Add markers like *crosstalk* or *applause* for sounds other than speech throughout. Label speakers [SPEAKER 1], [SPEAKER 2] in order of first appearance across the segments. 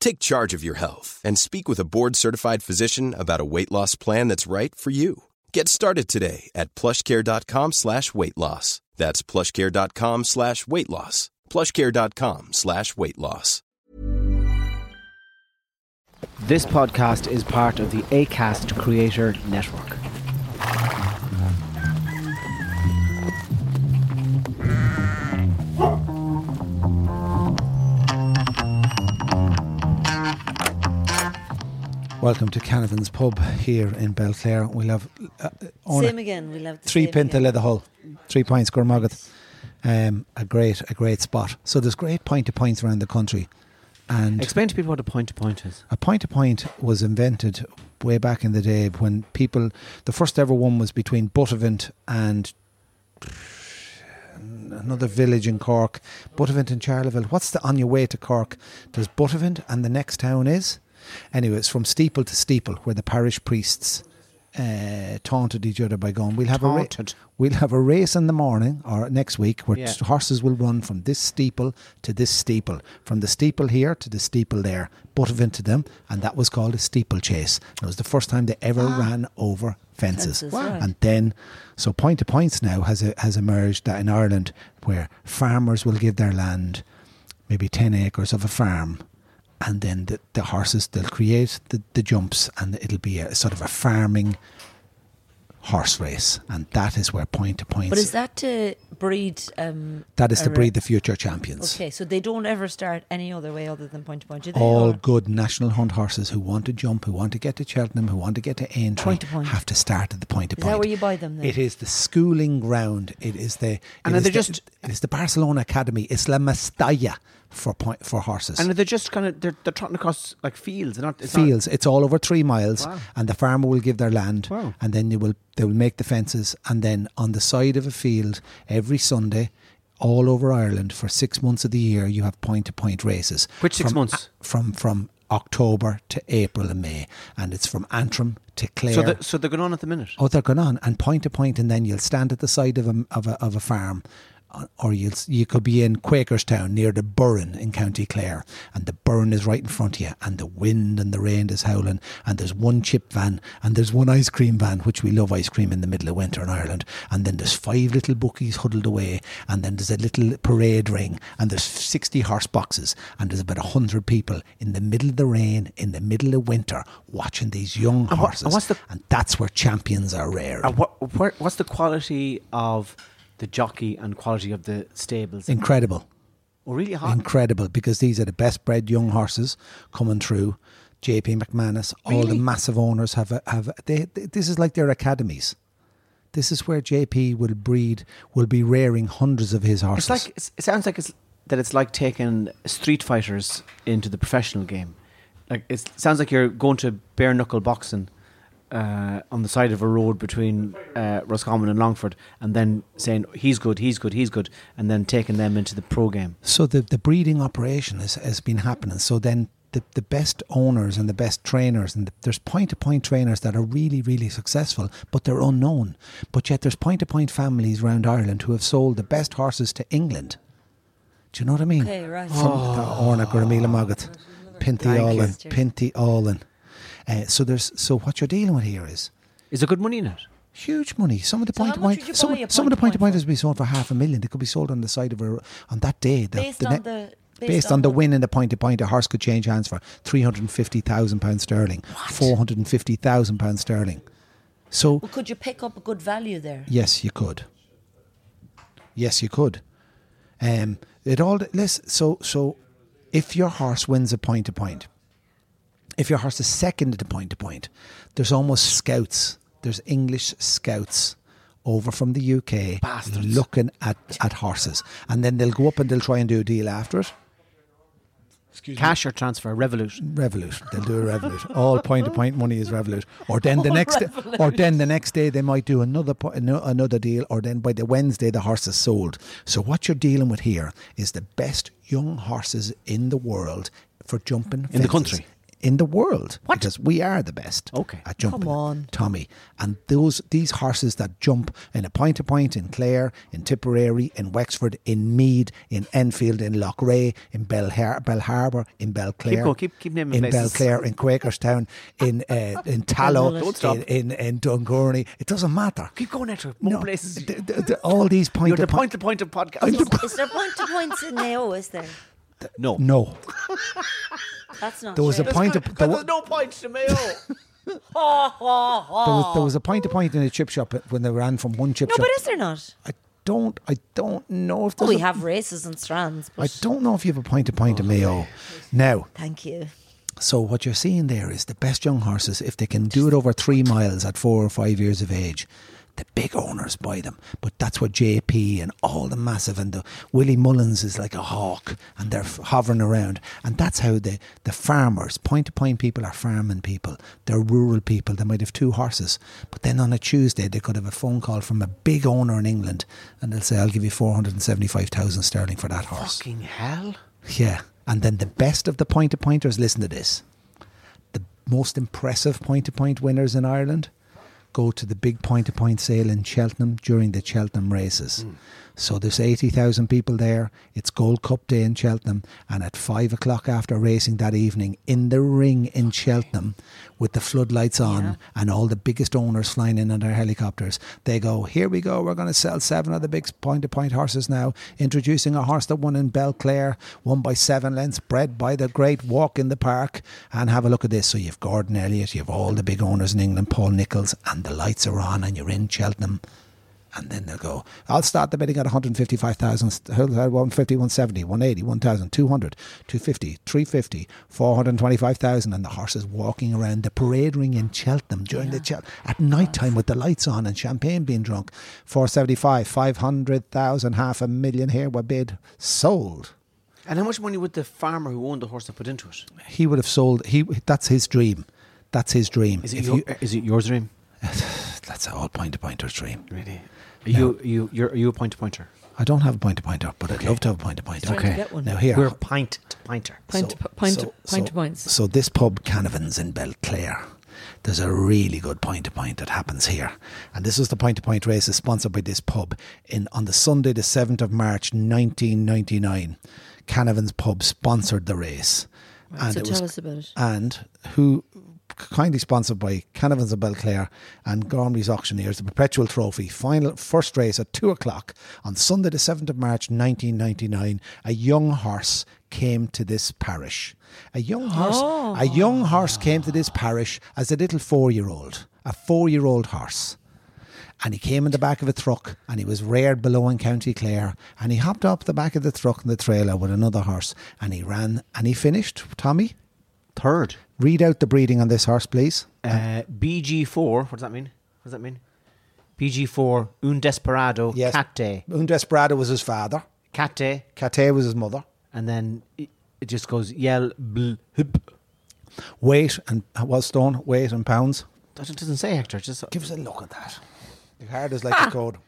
[SPEAKER 1] Take charge of your health and speak with a board-certified physician about a weight loss plan that's right for you. Get started today at plushcare.com slash weight loss. That's plushcare.com slash weight loss. plushcare.com slash weight loss.
[SPEAKER 2] This podcast is part of the ACAST Creator Network.
[SPEAKER 3] Welcome to Canavan's Pub here in Belclare. We'll have uh, uh,
[SPEAKER 4] Same again. We love the
[SPEAKER 3] three
[SPEAKER 4] same
[SPEAKER 3] pinta
[SPEAKER 4] again.
[SPEAKER 3] leather hull, three pints Gormagat. Um, a great, a great spot. So there's great pint to pints around the country, and
[SPEAKER 2] Explain to people what a point to point is.
[SPEAKER 3] a pint to pint was invented way back in the day when people. The first ever one was between Buttevant and another village in Cork, Buttevant and Charleville. What's the on your way to Cork? There's Buttevant, and the next town is. Anyway, it's from steeple to steeple where the parish priests uh, taunted each other by going, "We'll have a ra-
[SPEAKER 2] Taunted.
[SPEAKER 3] we'll have a race in the morning or next week where
[SPEAKER 2] Yeah.
[SPEAKER 3] t- horses will run from this steeple to this steeple, from the steeple here to the steeple there, Buttevant to them, and that was called a steeple chase. It was the first time they ever ran over fences,
[SPEAKER 4] Ah. Fences, Wow. right.
[SPEAKER 3] and then so point to points now has uh, has emerged that in Ireland where farmers will give their land, maybe ten acres of a farm. And then the, the horses, they'll create the, the jumps and it'll be a sort of a farming horse race, and that is where point to point.
[SPEAKER 4] But is that to breed? Um,
[SPEAKER 3] that is to
[SPEAKER 4] a
[SPEAKER 3] breed the future champions.
[SPEAKER 4] Okay, so they don't ever start any other way other than point to point. Do they?
[SPEAKER 3] All
[SPEAKER 4] Or-
[SPEAKER 3] good national hunt horses who want to jump, who want to get to Cheltenham, who want to get to Aintree,
[SPEAKER 4] Point to point.
[SPEAKER 3] have to start at the point to
[SPEAKER 4] Is
[SPEAKER 3] point.
[SPEAKER 4] that where you buy them then?
[SPEAKER 3] It is the schooling ground. It is the it
[SPEAKER 2] And are
[SPEAKER 3] is
[SPEAKER 2] they
[SPEAKER 3] the-
[SPEAKER 2] just-
[SPEAKER 3] it is the Barcelona Academy. It's La Mestalla for point for horses.
[SPEAKER 2] And they're just kind of they're, they're trotting across like fields, they're not it's not-
[SPEAKER 3] fields. It's all over three miles,
[SPEAKER 2] Wow.
[SPEAKER 3] and the farmer will give their land,
[SPEAKER 2] Wow.
[SPEAKER 3] and then you will they will make the fences, and then on the side of a field every Sunday, all over Ireland for six months of the year, you have point to point races.
[SPEAKER 2] Which six
[SPEAKER 3] From-
[SPEAKER 2] months?
[SPEAKER 3] From from October to April and May, and it's from Antrim to Clare.
[SPEAKER 2] so they're, so they're going on at the minute.
[SPEAKER 3] Oh, they're going on and point to point, and then you'll stand at the side of a of a, of a farm, uh, or you'll s- you could be in Quakerstown near the Burren in County Clare, and the Burren is right in front of you, and the wind and the rain is howling, and there's one chip van, and there's one ice cream van, which we love ice cream in the middle of winter in Ireland, and then there's five little bookies huddled away, and then there's a little parade ring, and there's sixty horse boxes, and there's about hundred people in the middle of the rain, in the middle of winter, watching these young
[SPEAKER 2] And what- and
[SPEAKER 3] horses
[SPEAKER 2] what's the-
[SPEAKER 3] and that's where champions are rare.
[SPEAKER 2] And what where, what's the quality of the jockey and quality of the stables?
[SPEAKER 3] Incredible,
[SPEAKER 2] oh, really hot.
[SPEAKER 3] incredible, because these are the best bred young horses coming through. JP McManus, all the
[SPEAKER 2] Really?
[SPEAKER 3] massive owners have a, have a, they, they- This is like their academies. This is where JP will breed, will be rearing hundreds of his
[SPEAKER 2] It's
[SPEAKER 3] horses.
[SPEAKER 2] like it's, it sounds like it's that it's like taking street fighters into the professional game. Like it sounds like you're going to bare knuckle boxing uh, on the side of a road between uh, Roscommon and Longford, and then saying he's good, he's good, he's good, and then taking them into the pro game.
[SPEAKER 3] So the, the breeding operation has, has been happening. So then the, the best owners and the best trainers, and there's point to point trainers that are really, really successful, but they're unknown. But yet there's point to point families around Ireland who have sold the best horses to England. Do you know what I mean?
[SPEAKER 4] Okay, right.
[SPEAKER 3] From Orna Gormila Magat, Pinty
[SPEAKER 2] Thank you.
[SPEAKER 3] Allen, Pinty Allen. Uh, so there's so what you're dealing with here is
[SPEAKER 2] Is there good money in it?
[SPEAKER 3] Huge money. Some of the
[SPEAKER 4] So
[SPEAKER 3] point
[SPEAKER 4] how
[SPEAKER 3] to
[SPEAKER 4] much
[SPEAKER 3] point,
[SPEAKER 4] would you
[SPEAKER 3] some,
[SPEAKER 4] buy a
[SPEAKER 3] some of the point
[SPEAKER 4] point
[SPEAKER 3] to
[SPEAKER 4] to
[SPEAKER 3] point has been sold for half a million. They could be sold on the side of a on that day. The,
[SPEAKER 4] Based
[SPEAKER 3] the
[SPEAKER 4] on
[SPEAKER 3] net-
[SPEAKER 4] the-
[SPEAKER 3] based,
[SPEAKER 4] based
[SPEAKER 3] on,
[SPEAKER 4] on
[SPEAKER 3] the
[SPEAKER 4] the-
[SPEAKER 3] win in the point to point, a horse could change hands for three hundred and fifty thousand pounds sterling, four hundred and fifty thousand pounds sterling. So
[SPEAKER 4] Well, could you pick up a good value there?
[SPEAKER 3] Yes, you could. Yes, you could. Um, it all listen, so so. If your horse wins a point to point, if your horse is second to point to point, there's almost scouts. There's English scouts over from the UK
[SPEAKER 2] Bastards.
[SPEAKER 3] looking at, at horses, and then they'll go up and they'll try and do a deal after it.
[SPEAKER 2] Cash or transfer, Revolut.
[SPEAKER 3] Revolut. They'll do a Revolut. All point to point money is Revolut. Or then
[SPEAKER 4] *laughs*
[SPEAKER 3] the next, or then the next day they might do another po- ano- another deal. Or then by the Wednesday the horse is sold. So what you're dealing with here is the best young horses in the world for jumping
[SPEAKER 2] In the
[SPEAKER 3] fences.
[SPEAKER 2] country?
[SPEAKER 3] In the world, what? because we are the best
[SPEAKER 2] Okay.
[SPEAKER 3] at jumping.
[SPEAKER 4] Come on.
[SPEAKER 3] Tommy, and those these horses that jump in a point to point in Clare, in Tipperary, in Wexford, in Mead, in Enfield, in Loughrea, in Bell, Har- Bell Harbour, in Belclare,
[SPEAKER 2] going, keep- keep naming
[SPEAKER 3] in
[SPEAKER 2] places.
[SPEAKER 3] Belclare, in Quakerstown, in uh, in Tallow,
[SPEAKER 4] Don't
[SPEAKER 2] stop.
[SPEAKER 3] in, in in Dungorney. It doesn't matter.
[SPEAKER 2] Keep going, Hector. More places.
[SPEAKER 3] th- th- th- all these point
[SPEAKER 2] You're
[SPEAKER 3] to
[SPEAKER 2] the point to point of podcast.
[SPEAKER 4] Is there point to points in Neo? Is there?
[SPEAKER 2] no.
[SPEAKER 3] No,
[SPEAKER 4] That's not.
[SPEAKER 3] there was a
[SPEAKER 4] fair.
[SPEAKER 3] point. To,
[SPEAKER 2] Because
[SPEAKER 3] there, wa-
[SPEAKER 2] there's no points to Mayo.
[SPEAKER 3] there was, there was a point to point in a chip shop when they ran from one chip
[SPEAKER 4] *laughs* No,
[SPEAKER 3] shop.
[SPEAKER 4] but is there not?
[SPEAKER 3] I don't. I don't know if
[SPEAKER 4] Oh,
[SPEAKER 3] there's
[SPEAKER 4] we
[SPEAKER 3] a-
[SPEAKER 4] have races and strands.
[SPEAKER 3] I
[SPEAKER 4] But
[SPEAKER 3] don't know if you have a point to point to
[SPEAKER 2] Oh,
[SPEAKER 3] Mayo. Now,
[SPEAKER 4] thank you.
[SPEAKER 3] so what you're seeing there is the best young horses, if they can do it over three miles at four or five years of age, the big owners buy them. But that's what JP and all the massive and the Willie Mullins is like a hawk and they're f- hovering around. And that's how the, the farmers, point to point people are farming people. They're rural people. They might have two horses. But then on a Tuesday, they could have a phone call from a big owner in England and they'll say, I'll give you 475,000 sterling for that horse.
[SPEAKER 2] Fucking hell.
[SPEAKER 3] Yeah. And then the best of the point to pointers, listen to this. The most impressive point to point winners in Ireland go to the big point to point sale in Cheltenham during the Cheltenham races. So there's 80,000 people there. It's Gold Cup Day in Cheltenham. And at five o'clock after racing that evening, in the ring in Cheltenham, with the floodlights on and all the biggest owners flying in on their helicopters, they go, Here we go. We're going to sell seven of the big point to point horses now. Introducing a horse that won in Belclare, won by seven lengths, bred by the great walk in the park. And have a look at this. So you've Gordon Elliott, you've all the big owners in England, Paul Nichols, and the lights are on, and you're in Cheltenham. And then they'll go, I'll start the bidding at 155,000, 150, 170, 180, 1,000, 200, 250, 350, 425,000. And the horses walking around the parade ring in Cheltenham during the Chel- at night time with the lights on and champagne being drunk. 475, 500,000, half a million here were bid, sold.
[SPEAKER 2] And how much money would the farmer who owned the horse have put into it?
[SPEAKER 3] He would have sold, He that's his dream. That's his dream.
[SPEAKER 2] Is it,
[SPEAKER 3] If
[SPEAKER 2] your,
[SPEAKER 3] you- *sighs* uh,
[SPEAKER 2] is it yours, Reem?
[SPEAKER 3] that's all point to pointer's dream.
[SPEAKER 2] Really? Are you, you, you're, are you a point to pointer?
[SPEAKER 3] I don't have a point to pointer, but I'd love to have a point to pointer.
[SPEAKER 4] trying to Okay. get one.
[SPEAKER 3] Now here,
[SPEAKER 2] We're a pint to pointer.
[SPEAKER 4] Point to po- point to- point to
[SPEAKER 3] so-
[SPEAKER 4] points.
[SPEAKER 3] So this pub, Canavan's in Belclare, there's a really good point to point that happens here, and this was the point to point race is sponsored by this pub in on the Sunday, the seventh of March, nineteen ninety nine. Canavan's pub sponsored the race, and
[SPEAKER 4] so
[SPEAKER 3] it
[SPEAKER 4] tell
[SPEAKER 3] was
[SPEAKER 4] us about it.
[SPEAKER 3] and who kindly sponsored by Canavans of Belclare and Gormley's Auctioneers, the Perpetual Trophy final first race at two o'clock on Sunday, the seventh of March, nineteen ninety nine. A young horse came to this parish. A young horse, a young horse came to this parish as a little four year old, a four year old horse and he came in the back of a truck and he was reared below in County Clare and he hopped up the back of the truck in the trailer with another horse and he ran and he finished. Tommy,
[SPEAKER 2] Third.
[SPEAKER 3] read out the breeding on this horse, please.
[SPEAKER 2] Uh, BG4. What does that mean? What does that mean? BG4, Un Desperado, Cate.
[SPEAKER 3] Un Desperado was his father.
[SPEAKER 2] Cate.
[SPEAKER 3] Cate was his mother.
[SPEAKER 2] And then it, it just goes yell, bl, hip.
[SPEAKER 3] Weight and was stone, weight and pounds.
[SPEAKER 2] That doesn't say Hector. Just
[SPEAKER 3] Give us a look at that. Your heart is like a code. Ah!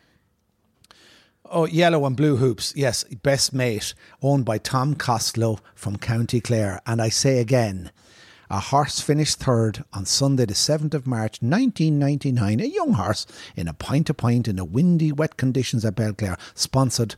[SPEAKER 3] Oh, yellow and blue hoops. Yes, best mate, owned by Tom Costello from County Clare. And I say again, a horse finished third on Sunday, the 7th of March, 1999. A young horse in a pint to pint in a windy, wet conditions at Belclare, sponsored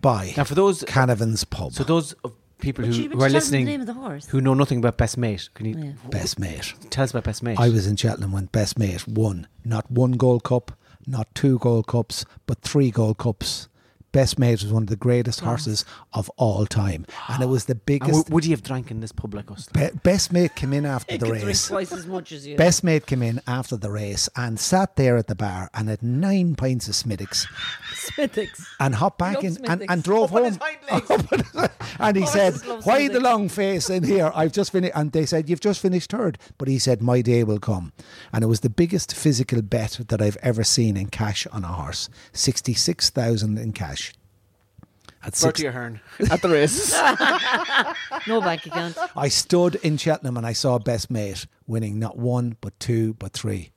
[SPEAKER 3] by
[SPEAKER 2] Now, for those-
[SPEAKER 3] Canavan's Pub.
[SPEAKER 2] so those of people
[SPEAKER 4] But
[SPEAKER 2] who,
[SPEAKER 4] you- but
[SPEAKER 2] who are
[SPEAKER 4] you tell us the
[SPEAKER 2] listening
[SPEAKER 4] name of the horse.
[SPEAKER 2] who know nothing about Best Mate, can you
[SPEAKER 4] Yeah.
[SPEAKER 3] best mate.
[SPEAKER 2] tell us about Best Mate?
[SPEAKER 3] I was in Cheltenham when best mate won not one Gold Cup, not two Gold Cups, but three Gold Cups. best mate was one of the greatest horses of all time, and it was the
[SPEAKER 5] And w-
[SPEAKER 3] biggest.
[SPEAKER 5] would he have drank in this pub like us?
[SPEAKER 3] Be- best mate came in after the race.
[SPEAKER 6] twice as much as you. *laughs*
[SPEAKER 3] Best mate came in after the race and sat there at the bar and had nine pints of Smittix
[SPEAKER 6] Smithix.
[SPEAKER 3] and hopped back
[SPEAKER 6] Love
[SPEAKER 3] in and,
[SPEAKER 6] Smittix.
[SPEAKER 3] and drove
[SPEAKER 5] Open
[SPEAKER 3] home.
[SPEAKER 5] his
[SPEAKER 3] *laughs*
[SPEAKER 5] hind legs. *laughs* Oh,
[SPEAKER 3] and he said,
[SPEAKER 6] Horses love
[SPEAKER 3] "Why the
[SPEAKER 6] Smittix."
[SPEAKER 3] long face in here? I've just finished." And they said, "You've just finished third. but he said, "My day will come." And it was the biggest physical bet that I've ever seen in cash on a horse: sixty-six thousand in cash. At six,
[SPEAKER 5] Bertie Ahern at the race.
[SPEAKER 6] No bank account.
[SPEAKER 3] I stood in Cheltenham and I saw Best Mate winning not one, but two, but three.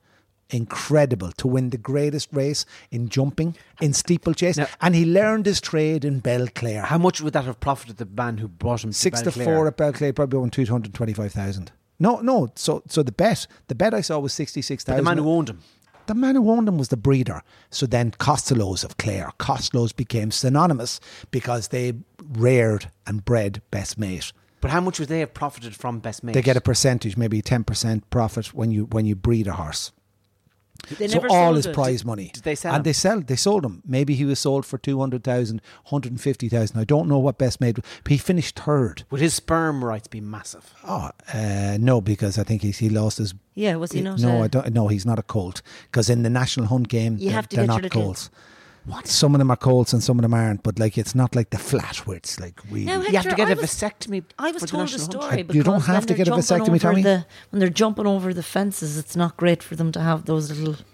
[SPEAKER 3] Incredible to win the greatest race in jumping, in steeplechase,
[SPEAKER 5] Now-
[SPEAKER 3] and he learned his trade in Belclare.
[SPEAKER 5] How much would that have profited the man who brought him to
[SPEAKER 3] six to
[SPEAKER 5] Balclare?
[SPEAKER 3] four at Belclare probably won two hundred twenty-five thousand. No, no. So, so the bet, the bet I saw was sixty-six
[SPEAKER 5] The
[SPEAKER 3] thousand.
[SPEAKER 5] man who owned him.
[SPEAKER 3] The man who owned him was the breeder. So then Costello's of Clare. Costello's became synonymous because they reared and bred Best Mate.
[SPEAKER 5] But how much would they have profited from Best Mate?
[SPEAKER 3] They get a percentage, maybe ten percent profit when you when you breed a horse.
[SPEAKER 6] They
[SPEAKER 3] so
[SPEAKER 6] never
[SPEAKER 3] all
[SPEAKER 6] sold
[SPEAKER 3] his
[SPEAKER 6] it.
[SPEAKER 3] prize money.
[SPEAKER 5] did they sell
[SPEAKER 3] And
[SPEAKER 5] him?
[SPEAKER 3] they sell they sold him. Maybe he was sold for 200,000, 150,000. I don't know what Best Made. But he finished third.
[SPEAKER 5] Would his sperm rights be massive?
[SPEAKER 3] Oh, uh, no, because I think he's, he lost his.
[SPEAKER 4] Yeah, was he not?
[SPEAKER 3] No,
[SPEAKER 4] uh,
[SPEAKER 3] I don't. No, he's not a colt. Because in the national hunt game,
[SPEAKER 6] You
[SPEAKER 3] they're,
[SPEAKER 6] have to
[SPEAKER 3] they're
[SPEAKER 6] get your
[SPEAKER 3] not
[SPEAKER 6] little-
[SPEAKER 3] colts. What? Some of them are colts and some of them aren't. But like, it's not like the flat where it's like we.
[SPEAKER 4] No,
[SPEAKER 5] you have to
[SPEAKER 4] Hector,
[SPEAKER 5] get
[SPEAKER 4] I
[SPEAKER 5] a
[SPEAKER 4] was-
[SPEAKER 5] vasectomy.
[SPEAKER 4] I was
[SPEAKER 5] for the
[SPEAKER 4] told a
[SPEAKER 5] national hunt.
[SPEAKER 3] I-
[SPEAKER 4] story.
[SPEAKER 3] you
[SPEAKER 4] because
[SPEAKER 3] don't have
[SPEAKER 4] when
[SPEAKER 3] to
[SPEAKER 4] they're
[SPEAKER 3] get a
[SPEAKER 4] jumping
[SPEAKER 3] vasectomy,
[SPEAKER 4] over
[SPEAKER 3] Tommy.
[SPEAKER 4] The, when they're jumping over the fences, it's not great for them to have those little.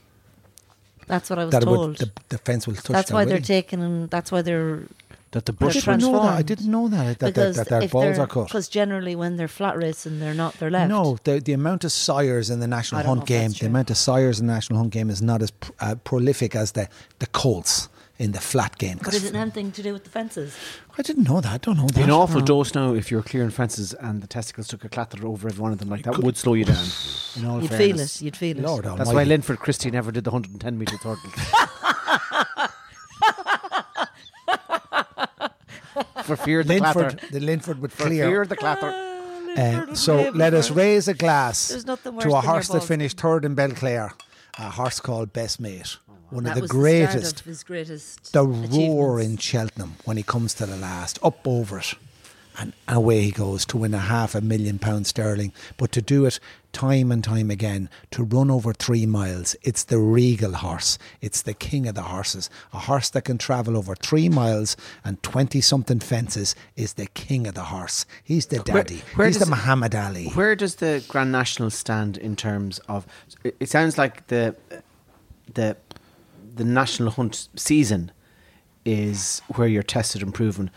[SPEAKER 4] That's what I was
[SPEAKER 3] that it
[SPEAKER 4] told.
[SPEAKER 3] would, the, the fence will touch.
[SPEAKER 4] that's
[SPEAKER 3] their
[SPEAKER 4] why they're
[SPEAKER 3] wing.
[SPEAKER 4] taking. and That's why they're
[SPEAKER 5] That the
[SPEAKER 3] I
[SPEAKER 4] they're
[SPEAKER 5] bush
[SPEAKER 3] didn't know that. I
[SPEAKER 4] transformed.
[SPEAKER 3] didn't know that. That, that, that, their balls are cut.
[SPEAKER 4] Because generally, when they're flat racing, they're not. They're left.
[SPEAKER 3] No, the, the amount of sires in the national
[SPEAKER 4] I don't
[SPEAKER 3] hunt
[SPEAKER 4] know if that's
[SPEAKER 3] game, the
[SPEAKER 4] true.
[SPEAKER 3] amount of sires in the national hunt game is not as pr- uh, prolific as the the colts in the flat game.
[SPEAKER 4] But
[SPEAKER 3] 'Cause
[SPEAKER 4] is it anything to do with the fences?
[SPEAKER 3] I didn't know that. I don't know that.
[SPEAKER 5] Be an awful dose now if you're clearing fences and the testicles took a clatter over every one of them. Like that would slow you
[SPEAKER 3] *sighs*
[SPEAKER 5] down. In all
[SPEAKER 4] You'd feel
[SPEAKER 5] fairness.
[SPEAKER 4] it. You'd feel it.
[SPEAKER 3] Lord
[SPEAKER 5] That's
[SPEAKER 3] Almighty.
[SPEAKER 5] why Linford Christie never did the 110 metre
[SPEAKER 4] *laughs*
[SPEAKER 5] hurdle. For fear of the
[SPEAKER 3] Linford,
[SPEAKER 5] clatter.
[SPEAKER 3] the Linford would
[SPEAKER 5] For fear
[SPEAKER 3] clear.
[SPEAKER 5] of the clatter.
[SPEAKER 3] Uh, so let us raise a glass
[SPEAKER 4] There's nothing worse
[SPEAKER 3] to a
[SPEAKER 4] than your
[SPEAKER 3] horse that
[SPEAKER 4] balls.
[SPEAKER 3] finished third in Belclare, a horse called Best Mate, one
[SPEAKER 4] Oh, That
[SPEAKER 3] of the
[SPEAKER 4] was The, start
[SPEAKER 3] greatest.
[SPEAKER 4] of his greatest.
[SPEAKER 3] the roar
[SPEAKER 4] achievements.
[SPEAKER 3] in Cheltenham when he comes to the last, up over it, and away he goes to win a half a million pounds sterling. But to do it time and time again, to run over three miles, it's the regal horse. It's the king of the horses. A horse that can travel over three miles and 20 something fences is the king of the horse. He's the daddy.
[SPEAKER 5] where
[SPEAKER 3] He's the
[SPEAKER 5] does-
[SPEAKER 3] Muhammad Ali.
[SPEAKER 5] Where does the Grand National stand in terms of? It it sounds like the the the national hunt season is where you're tested and proven.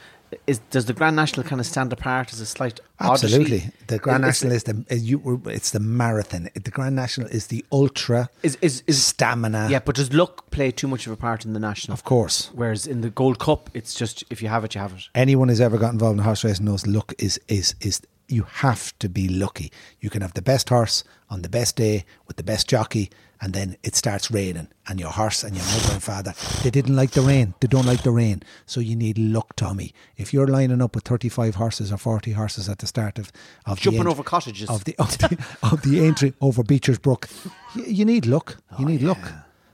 [SPEAKER 5] Is does the Grand National kind of stand apart as a slight oddity?
[SPEAKER 3] Absolutely. The Grand
[SPEAKER 5] Is- is-
[SPEAKER 3] National is the is you, it's the marathon. The Grand National is the ultra
[SPEAKER 5] Is- is- is-
[SPEAKER 3] stamina.
[SPEAKER 5] Yeah, but does luck play too much of a part in the national?
[SPEAKER 3] uh, Of course.
[SPEAKER 5] Whereas in the Gold Cup, it's just if you have it, you have it.
[SPEAKER 3] anyone who's ever got involved in horse racing knows luck is is is you have to be lucky. You can have the best horse on the best day with the best jockey, and then it starts raining, and your horse and your mother and father they didn't like the rain. They don't like the rain, so you need luck, Tommy. If you're lining up with 35 horses or 40 horses at the start of of the
[SPEAKER 5] Jumping
[SPEAKER 3] ent-
[SPEAKER 5] over cottages.
[SPEAKER 3] of the of the, of the entry over Beecher's Brook, you, you need luck.
[SPEAKER 5] Oh,
[SPEAKER 3] You need luck.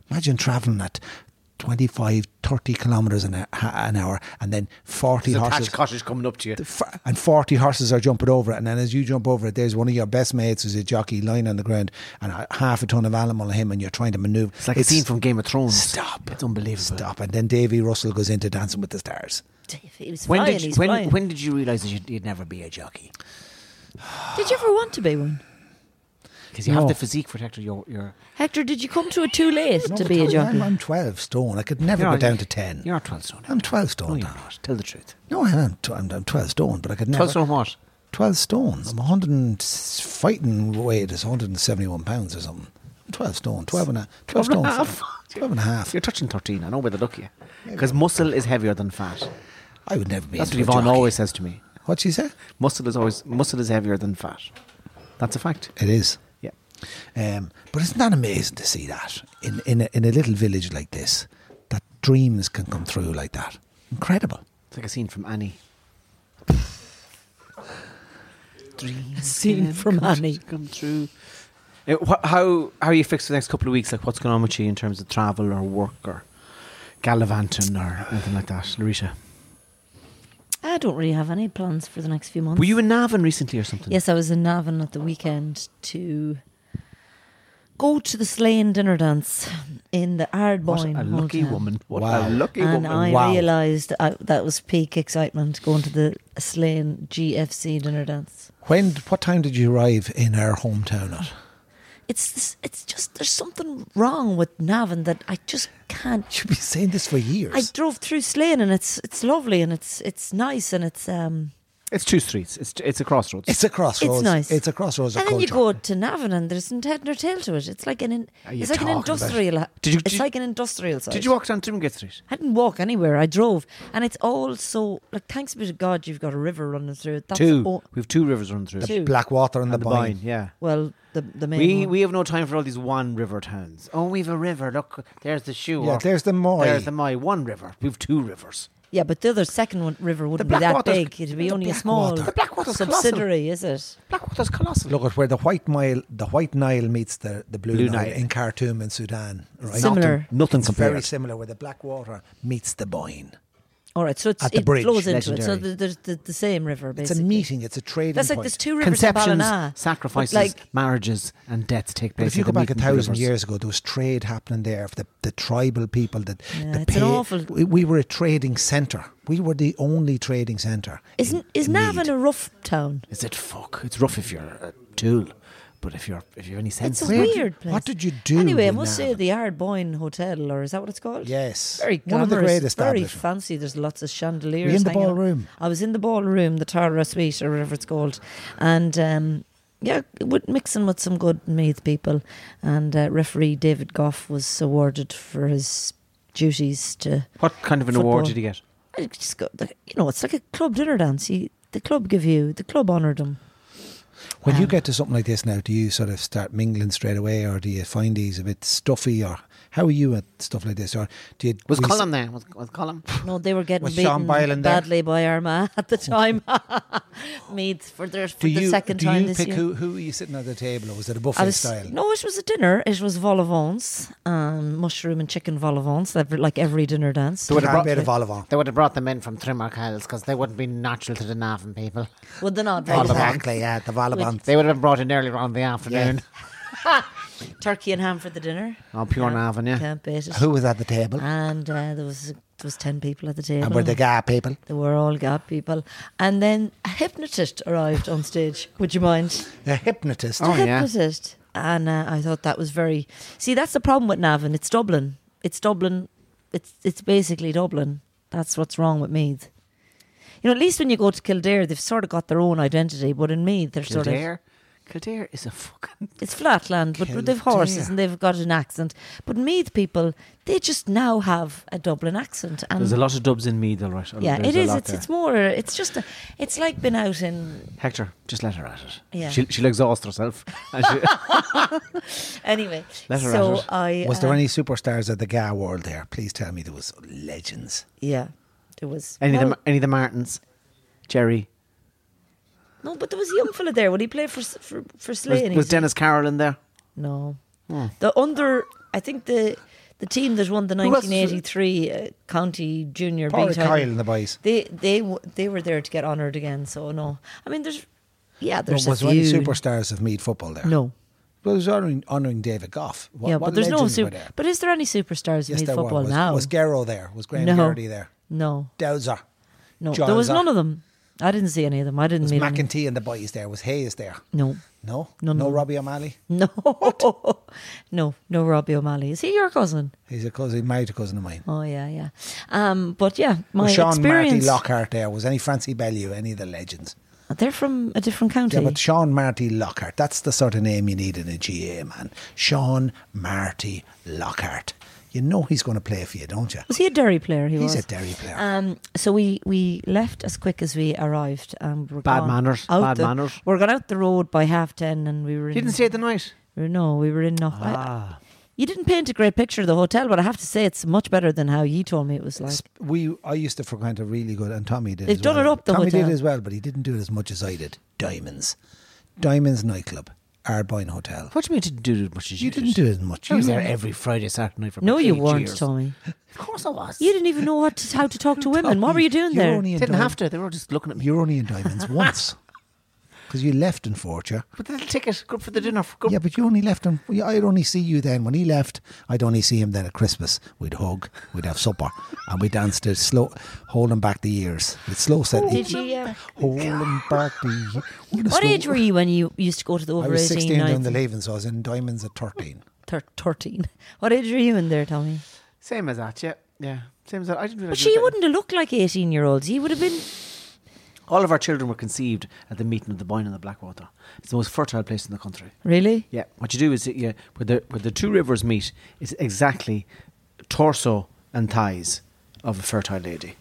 [SPEAKER 3] Imagine travelling at. 25, 30 kilometres an, hou- an hour, and then 40
[SPEAKER 5] There's a
[SPEAKER 3] horses
[SPEAKER 5] thatched cottage coming up to you.
[SPEAKER 3] f- and 40 horses are jumping over it. And then as you jump over it, there's one of your best mates who's a jockey lying on the ground and a, half a ton of animal on him, and you're trying to maneuver.
[SPEAKER 5] It's like a scene from Game of Thrones.
[SPEAKER 3] Stop.
[SPEAKER 5] It's unbelievable.
[SPEAKER 3] Stop. And then Davy Russell goes into Dancing with the Stars.
[SPEAKER 4] He was
[SPEAKER 5] When
[SPEAKER 4] flying,
[SPEAKER 5] did you,
[SPEAKER 4] he's
[SPEAKER 5] when,
[SPEAKER 4] flying.
[SPEAKER 5] when did you realize that you'd, you'd never be a jockey?
[SPEAKER 4] did you ever want to be one?
[SPEAKER 5] Because you
[SPEAKER 3] No.
[SPEAKER 5] have the physique protector. You're, you're
[SPEAKER 4] Hector, did you come to it too late to be a
[SPEAKER 3] I'm,
[SPEAKER 4] jockey?
[SPEAKER 3] I'm 12 stone. I could never
[SPEAKER 5] you're
[SPEAKER 3] go down to 10.
[SPEAKER 5] You're 12 stone.
[SPEAKER 3] I'm 12 stone.
[SPEAKER 5] No, you're
[SPEAKER 3] Dad.
[SPEAKER 5] not. Tell the truth.
[SPEAKER 3] No, I am. Tw- I'm, I'm 12 stone, but I could never.
[SPEAKER 5] 12 stone what?
[SPEAKER 3] 12 stone. I'm 100 and s- fighting weight is 171 pounds or something. I'm 12 stone. 12 and a 12 stone. *laughs*
[SPEAKER 5] half.
[SPEAKER 3] 12 and a half.
[SPEAKER 5] You're touching 13. I know where they look you. Because muscle is heavier than fat.
[SPEAKER 3] I would never be.
[SPEAKER 5] That's what
[SPEAKER 3] into a
[SPEAKER 5] Yvonne
[SPEAKER 3] jockey.
[SPEAKER 5] always says to me.
[SPEAKER 3] What'd she say?
[SPEAKER 5] Muscle is always muscle is heavier than fat. That's a fact.
[SPEAKER 3] It is.
[SPEAKER 5] Yeah.
[SPEAKER 3] Um, but isn't that amazing to see that in in a, in a little village like this, that dreams can come through like that? Incredible.
[SPEAKER 5] It's like a scene from Annie. Dreams
[SPEAKER 4] scene
[SPEAKER 5] can
[SPEAKER 4] from
[SPEAKER 5] come-
[SPEAKER 4] Annie.
[SPEAKER 5] come true. Uh, wha- how how are you fixed for the next couple of weeks? Like what's going on with you in terms of travel or work or
[SPEAKER 2] gallivanting or anything like that, Larisha?
[SPEAKER 4] I don't really have any plans for the next few months.
[SPEAKER 2] Were you in Navan recently or something?
[SPEAKER 4] Yes, I was in Navan at the weekend to go to the Slaying dinner dance in the
[SPEAKER 2] What
[SPEAKER 4] Ardboyne.
[SPEAKER 2] a lucky
[SPEAKER 4] Hotel.
[SPEAKER 2] woman! What
[SPEAKER 3] Wow.
[SPEAKER 2] a lucky
[SPEAKER 4] And
[SPEAKER 2] woman!
[SPEAKER 4] I
[SPEAKER 3] Wow.
[SPEAKER 4] realised I- that was peak excitement going to the Slaying GFC dinner dance.
[SPEAKER 3] When? What time did you arrive in our hometown? At?
[SPEAKER 4] It's this, it's just there's something wrong with Navan that I just can't
[SPEAKER 3] You've been saying this for years.
[SPEAKER 4] I drove through Slane and it's it's lovely and it's it's nice and it's um
[SPEAKER 2] It's two streets. It's it's a crossroads.
[SPEAKER 3] it's a crossroads.
[SPEAKER 4] it's nice.
[SPEAKER 3] It's a crossroads. of
[SPEAKER 4] And then you
[SPEAKER 3] culture.
[SPEAKER 4] go to Navan and there's n- head nor tail to it. It's like an in,
[SPEAKER 2] Are you
[SPEAKER 4] it's like an
[SPEAKER 2] talking about-
[SPEAKER 4] industrial.
[SPEAKER 2] Did you-
[SPEAKER 4] it's
[SPEAKER 2] did-
[SPEAKER 4] like an industrial site.
[SPEAKER 2] Did you walk down Timgate Street?
[SPEAKER 4] I didn't walk anywhere. I drove, and it's all so like thanks be to God you've got a river running through it. That's
[SPEAKER 2] two.
[SPEAKER 4] all-
[SPEAKER 2] we have two rivers running through. it.
[SPEAKER 4] Two.
[SPEAKER 3] Blackwater and,
[SPEAKER 2] And the Boyne, yeah.
[SPEAKER 4] well, the the main.
[SPEAKER 2] We
[SPEAKER 4] one.
[SPEAKER 2] we have no time for all these one river towns. Oh, we've a river. Look, there's the shoe.
[SPEAKER 3] Yeah,
[SPEAKER 2] or
[SPEAKER 3] there's the Moy.
[SPEAKER 2] There's the Moy. One river. We've two rivers.
[SPEAKER 4] yeah, but the other second one, river wouldn't be that
[SPEAKER 2] Blackwater's-
[SPEAKER 4] big. It'd be
[SPEAKER 3] the
[SPEAKER 4] only a small
[SPEAKER 3] Blackwater. The
[SPEAKER 2] Blackwater's colossal.
[SPEAKER 4] subsidiary, is it?
[SPEAKER 2] Blackwater's colossal.
[SPEAKER 3] Look at where the White Nile, the White Nile meets the, the Blue,
[SPEAKER 2] Blue
[SPEAKER 3] Nile,
[SPEAKER 2] Nile.
[SPEAKER 3] in Khartoum in Sudan. Right?
[SPEAKER 4] Similar.
[SPEAKER 2] Nothing
[SPEAKER 3] It's
[SPEAKER 2] compared.
[SPEAKER 3] very similar, where the Blackwater meets the Boyne.
[SPEAKER 4] All right, so it's,
[SPEAKER 3] At the
[SPEAKER 4] it
[SPEAKER 3] bridge,
[SPEAKER 4] flows into it. So
[SPEAKER 2] legendary.
[SPEAKER 4] the, there's the, the same river.
[SPEAKER 3] It's
[SPEAKER 4] Basically.
[SPEAKER 3] a meeting. It's a trading.
[SPEAKER 4] That's like
[SPEAKER 3] point.
[SPEAKER 4] there's two rivers in
[SPEAKER 2] Conceptions,
[SPEAKER 4] Ballina.
[SPEAKER 2] sacrifices,
[SPEAKER 4] Like
[SPEAKER 2] marriages, and deaths take place.
[SPEAKER 3] But if you
[SPEAKER 2] at
[SPEAKER 3] go
[SPEAKER 2] the
[SPEAKER 3] back a
[SPEAKER 2] meeting of the
[SPEAKER 3] thousand
[SPEAKER 2] rivers.
[SPEAKER 3] years ago, there was trade happening there. Of the, the tribal people that
[SPEAKER 4] Yeah,
[SPEAKER 3] the
[SPEAKER 4] it's an awful-
[SPEAKER 3] We, we were a trading centre. We were the only trading centre.
[SPEAKER 4] Isn't is Navan a rough town?
[SPEAKER 2] is it fuck? It's rough if you're a tool, but if you're if you're any sense,
[SPEAKER 4] It's a
[SPEAKER 2] in it-
[SPEAKER 4] weird place.
[SPEAKER 3] what did you do
[SPEAKER 4] Anyway, I
[SPEAKER 3] in
[SPEAKER 4] must say
[SPEAKER 3] Navan?
[SPEAKER 4] the Ardboyne Hotel, or is that what it's called?
[SPEAKER 3] Yes.
[SPEAKER 4] Very
[SPEAKER 3] One of
[SPEAKER 4] glamorous,
[SPEAKER 3] the great
[SPEAKER 4] very
[SPEAKER 3] establishments.
[SPEAKER 4] fancy. There's lots of chandeliers.
[SPEAKER 3] Were you in the
[SPEAKER 4] hanging up.
[SPEAKER 3] ballroom?
[SPEAKER 4] I was in the ballroom, the Tara Suite or whatever it's called, and um, yeah, with mixing with some good Meath people, and uh, referee David Goff was awarded for his duties to.
[SPEAKER 2] What kind of an award
[SPEAKER 4] Football.
[SPEAKER 2] did he get?
[SPEAKER 4] I just go, you know, it's like a club dinner dance. You, the club give you, the club honoured him.
[SPEAKER 3] When you
[SPEAKER 4] Um,
[SPEAKER 3] get to something like this now, do you sort of start mingling straight away, or do you find these a bit stuffy, or how are you at stuff like this, or do you
[SPEAKER 2] Was
[SPEAKER 3] we-
[SPEAKER 2] Colin there? Was, was Colin?
[SPEAKER 4] No, they were getting
[SPEAKER 3] Was Sean
[SPEAKER 4] beaten
[SPEAKER 3] Boylan there?
[SPEAKER 4] badly by Armagh *laughs* at the time. Meath for their for
[SPEAKER 3] Do
[SPEAKER 4] the
[SPEAKER 3] you
[SPEAKER 4] second
[SPEAKER 3] do
[SPEAKER 4] time
[SPEAKER 3] you
[SPEAKER 4] this
[SPEAKER 3] pick
[SPEAKER 4] year.
[SPEAKER 3] who who are you sitting at the table, or was it a buffet
[SPEAKER 4] I was,
[SPEAKER 3] style?
[SPEAKER 4] No, it was a dinner. It was vol au vents, um, mushroom and chicken vol au vents, every- like every dinner dance.
[SPEAKER 2] would have
[SPEAKER 3] Can't
[SPEAKER 2] brought-
[SPEAKER 3] bear the Volleyball.
[SPEAKER 5] They would have brought them in from Trimrock Hills because they wouldn't be natural to the Navan people.
[SPEAKER 4] well, they're not vol au vents.
[SPEAKER 3] Exactly, yeah, the Volleyball.
[SPEAKER 5] They would have been brought in earlier on in the afternoon.
[SPEAKER 4] Turkey and ham for the dinner.
[SPEAKER 2] Oh, pure Navan, yeah.
[SPEAKER 4] Can't beat it.
[SPEAKER 3] Who was at the table?
[SPEAKER 4] And uh, there was there was ten people at the table.
[SPEAKER 3] and were the guy people?
[SPEAKER 4] They were all gap people. And then a hypnotist arrived on stage. Would you mind?
[SPEAKER 3] The hypnotist.
[SPEAKER 2] Oh, yeah.
[SPEAKER 4] hypnotist. And uh, I thought that was very. See, that's the problem with Navan. It's Dublin. It's Dublin. It's it's basically Dublin. That's what's wrong with Meath. You know, at least when you go to Kildare, they've sort of got their own identity. But in Meath, they're sort of
[SPEAKER 2] Kildare. Kildare is a fucking.
[SPEAKER 4] it's flat land, but they've horses
[SPEAKER 3] Kildare.
[SPEAKER 4] and they've got an accent. But Meath people, they just now have a Dublin accent. And
[SPEAKER 2] There's a lot of dubs in me, though, right?
[SPEAKER 4] Um, yeah,
[SPEAKER 2] There's
[SPEAKER 4] it
[SPEAKER 2] a
[SPEAKER 4] is.
[SPEAKER 2] lot
[SPEAKER 4] It's
[SPEAKER 2] there.
[SPEAKER 4] it's more. It's just. A, it's like been out in
[SPEAKER 2] Hector, just let her at it.
[SPEAKER 4] Yeah.
[SPEAKER 2] She'll, she'll
[SPEAKER 4] *laughs*
[SPEAKER 2] exhaust herself. And she-
[SPEAKER 4] anyway.
[SPEAKER 2] Let her
[SPEAKER 4] so
[SPEAKER 2] at it.
[SPEAKER 4] I
[SPEAKER 3] *laughs* Was there
[SPEAKER 4] um,
[SPEAKER 3] any superstars of the guy world there? Please tell me there was legends.
[SPEAKER 4] Yeah, there was.
[SPEAKER 2] any, of
[SPEAKER 4] well,
[SPEAKER 2] the, any of the Martins? Jerry?
[SPEAKER 4] No, but there was a young fella there. Would he play for S- for for
[SPEAKER 2] Was,
[SPEAKER 4] Slane?
[SPEAKER 2] was Dennis Carroll in there?
[SPEAKER 4] no,
[SPEAKER 3] Hmm.
[SPEAKER 4] the under. I think the the team that won the
[SPEAKER 3] Who else-
[SPEAKER 4] 1983 uh, county junior B
[SPEAKER 3] Paul Kyle
[SPEAKER 4] title.
[SPEAKER 3] and the boys.
[SPEAKER 4] They they w- they were there to get honoured again. So no, I mean there's yeah
[SPEAKER 3] But
[SPEAKER 4] there's
[SPEAKER 3] was
[SPEAKER 4] a
[SPEAKER 3] there any
[SPEAKER 4] few.
[SPEAKER 3] superstars of Mead football there?
[SPEAKER 4] no.
[SPEAKER 3] Well, it was honouring, honouring David Goff. What,
[SPEAKER 4] yeah,
[SPEAKER 3] what
[SPEAKER 4] but there's no
[SPEAKER 3] legends were
[SPEAKER 4] super.
[SPEAKER 3] there?
[SPEAKER 4] But is there any superstars
[SPEAKER 3] Yes,
[SPEAKER 4] in
[SPEAKER 3] there
[SPEAKER 4] football
[SPEAKER 3] were. Was,
[SPEAKER 4] now?
[SPEAKER 3] was Garrow there? Was Graham
[SPEAKER 4] No.
[SPEAKER 3] Garrity there?
[SPEAKER 4] no,
[SPEAKER 3] Dowser.
[SPEAKER 4] no,
[SPEAKER 3] John
[SPEAKER 4] there was
[SPEAKER 3] Zach.
[SPEAKER 4] none of them. I didn't see any of them. I didn't
[SPEAKER 3] Was
[SPEAKER 4] meet any-
[SPEAKER 3] McEntee and the boys there? Was Hayes there?
[SPEAKER 4] No, *laughs*
[SPEAKER 3] No?
[SPEAKER 4] None of
[SPEAKER 3] no
[SPEAKER 4] them.
[SPEAKER 3] Robbie O'Malley?
[SPEAKER 4] no, no, no. Robbie O'Malley is he your cousin?
[SPEAKER 3] He's a cousin, he married a cousin of mine.
[SPEAKER 4] Oh yeah, yeah. Um, but yeah, my
[SPEAKER 3] was Sean Marty
[SPEAKER 4] experience.
[SPEAKER 3] Lockhart there? Was any Francie Bellew, any of the legends?
[SPEAKER 4] They're from a different county.
[SPEAKER 3] Yeah, but Sean Marty Lockhart, that's the sort of name you need in a GA, man. Sean Marty Lockhart. You know he's going to play for you, don't you?
[SPEAKER 4] was he a Derry player? He
[SPEAKER 3] He's
[SPEAKER 4] was.
[SPEAKER 3] a Derry player.
[SPEAKER 4] Um, so we, we left as quick as we arrived. Um, we're
[SPEAKER 2] Bad
[SPEAKER 4] gone
[SPEAKER 2] manners,
[SPEAKER 4] out
[SPEAKER 2] bad
[SPEAKER 4] the-
[SPEAKER 2] manners.
[SPEAKER 4] We're going out the road by half ten, and we were. In,
[SPEAKER 2] He didn't stay the night.
[SPEAKER 4] we were- No, we were in. Knock- I-
[SPEAKER 3] Ah.
[SPEAKER 4] you didn't paint a great picture of the hotel, but I have to say it's much better than how you told me it was like.
[SPEAKER 3] Sp- we I used to frequent a really good and Tommy did.
[SPEAKER 4] They've
[SPEAKER 3] as
[SPEAKER 4] done
[SPEAKER 3] well.
[SPEAKER 4] it up, uh, the
[SPEAKER 3] Tommy
[SPEAKER 4] hotel.
[SPEAKER 3] did as well, but he didn't do it as much as I did. Diamonds, Diamonds nightclub, Ardbine Hotel.
[SPEAKER 2] What do you mean didn't do as much as you,
[SPEAKER 3] You didn't do it as much.
[SPEAKER 2] I was
[SPEAKER 3] You
[SPEAKER 2] there
[SPEAKER 3] were-
[SPEAKER 2] every Friday, Saturday night for
[SPEAKER 4] No,
[SPEAKER 2] about
[SPEAKER 4] you
[SPEAKER 2] eight
[SPEAKER 4] weren't,
[SPEAKER 2] years.
[SPEAKER 4] Tommy.
[SPEAKER 5] Of course I was.
[SPEAKER 4] You didn't even know what to, how to talk to women. What were you doing there?
[SPEAKER 3] Only in
[SPEAKER 5] didn't
[SPEAKER 3] Diamond-
[SPEAKER 5] have to. They were all just looking at me.
[SPEAKER 3] You were only in
[SPEAKER 4] *laughs*
[SPEAKER 3] Diamonds once. Because you left in Fortia.
[SPEAKER 5] But the little ticket, good for the dinner. For good.
[SPEAKER 3] Yeah, but you only left him. yeah, I'd only see you then. When he left, I'd only see him then at Christmas. We'd hug, we'd have supper, and we danced to slow, holding back the years. It's slow set.
[SPEAKER 4] Did you? Um,
[SPEAKER 3] Holding back the. ye- We'll
[SPEAKER 4] what
[SPEAKER 3] slow-
[SPEAKER 4] age were you when you used to go to the
[SPEAKER 3] I
[SPEAKER 4] over
[SPEAKER 3] was
[SPEAKER 4] 18
[SPEAKER 3] sixteen down the
[SPEAKER 4] nights?
[SPEAKER 3] leaving, so I was in Diamonds at thirteen.
[SPEAKER 4] Thir- 13. *laughs* What age were you in there, Tommy?
[SPEAKER 5] Same as that, yeah. Yeah. Same as that. I didn't realize.
[SPEAKER 4] But she wouldn't have looked like 18 year olds. You would have been.
[SPEAKER 5] All of our children were conceived at the meeting of the Boyne and the Blackwater. It's the most fertile place in the country.
[SPEAKER 4] Really?
[SPEAKER 5] Yeah. What you do is, yeah, where the where the two rivers meet is exactly torso and thighs of a fertile lady,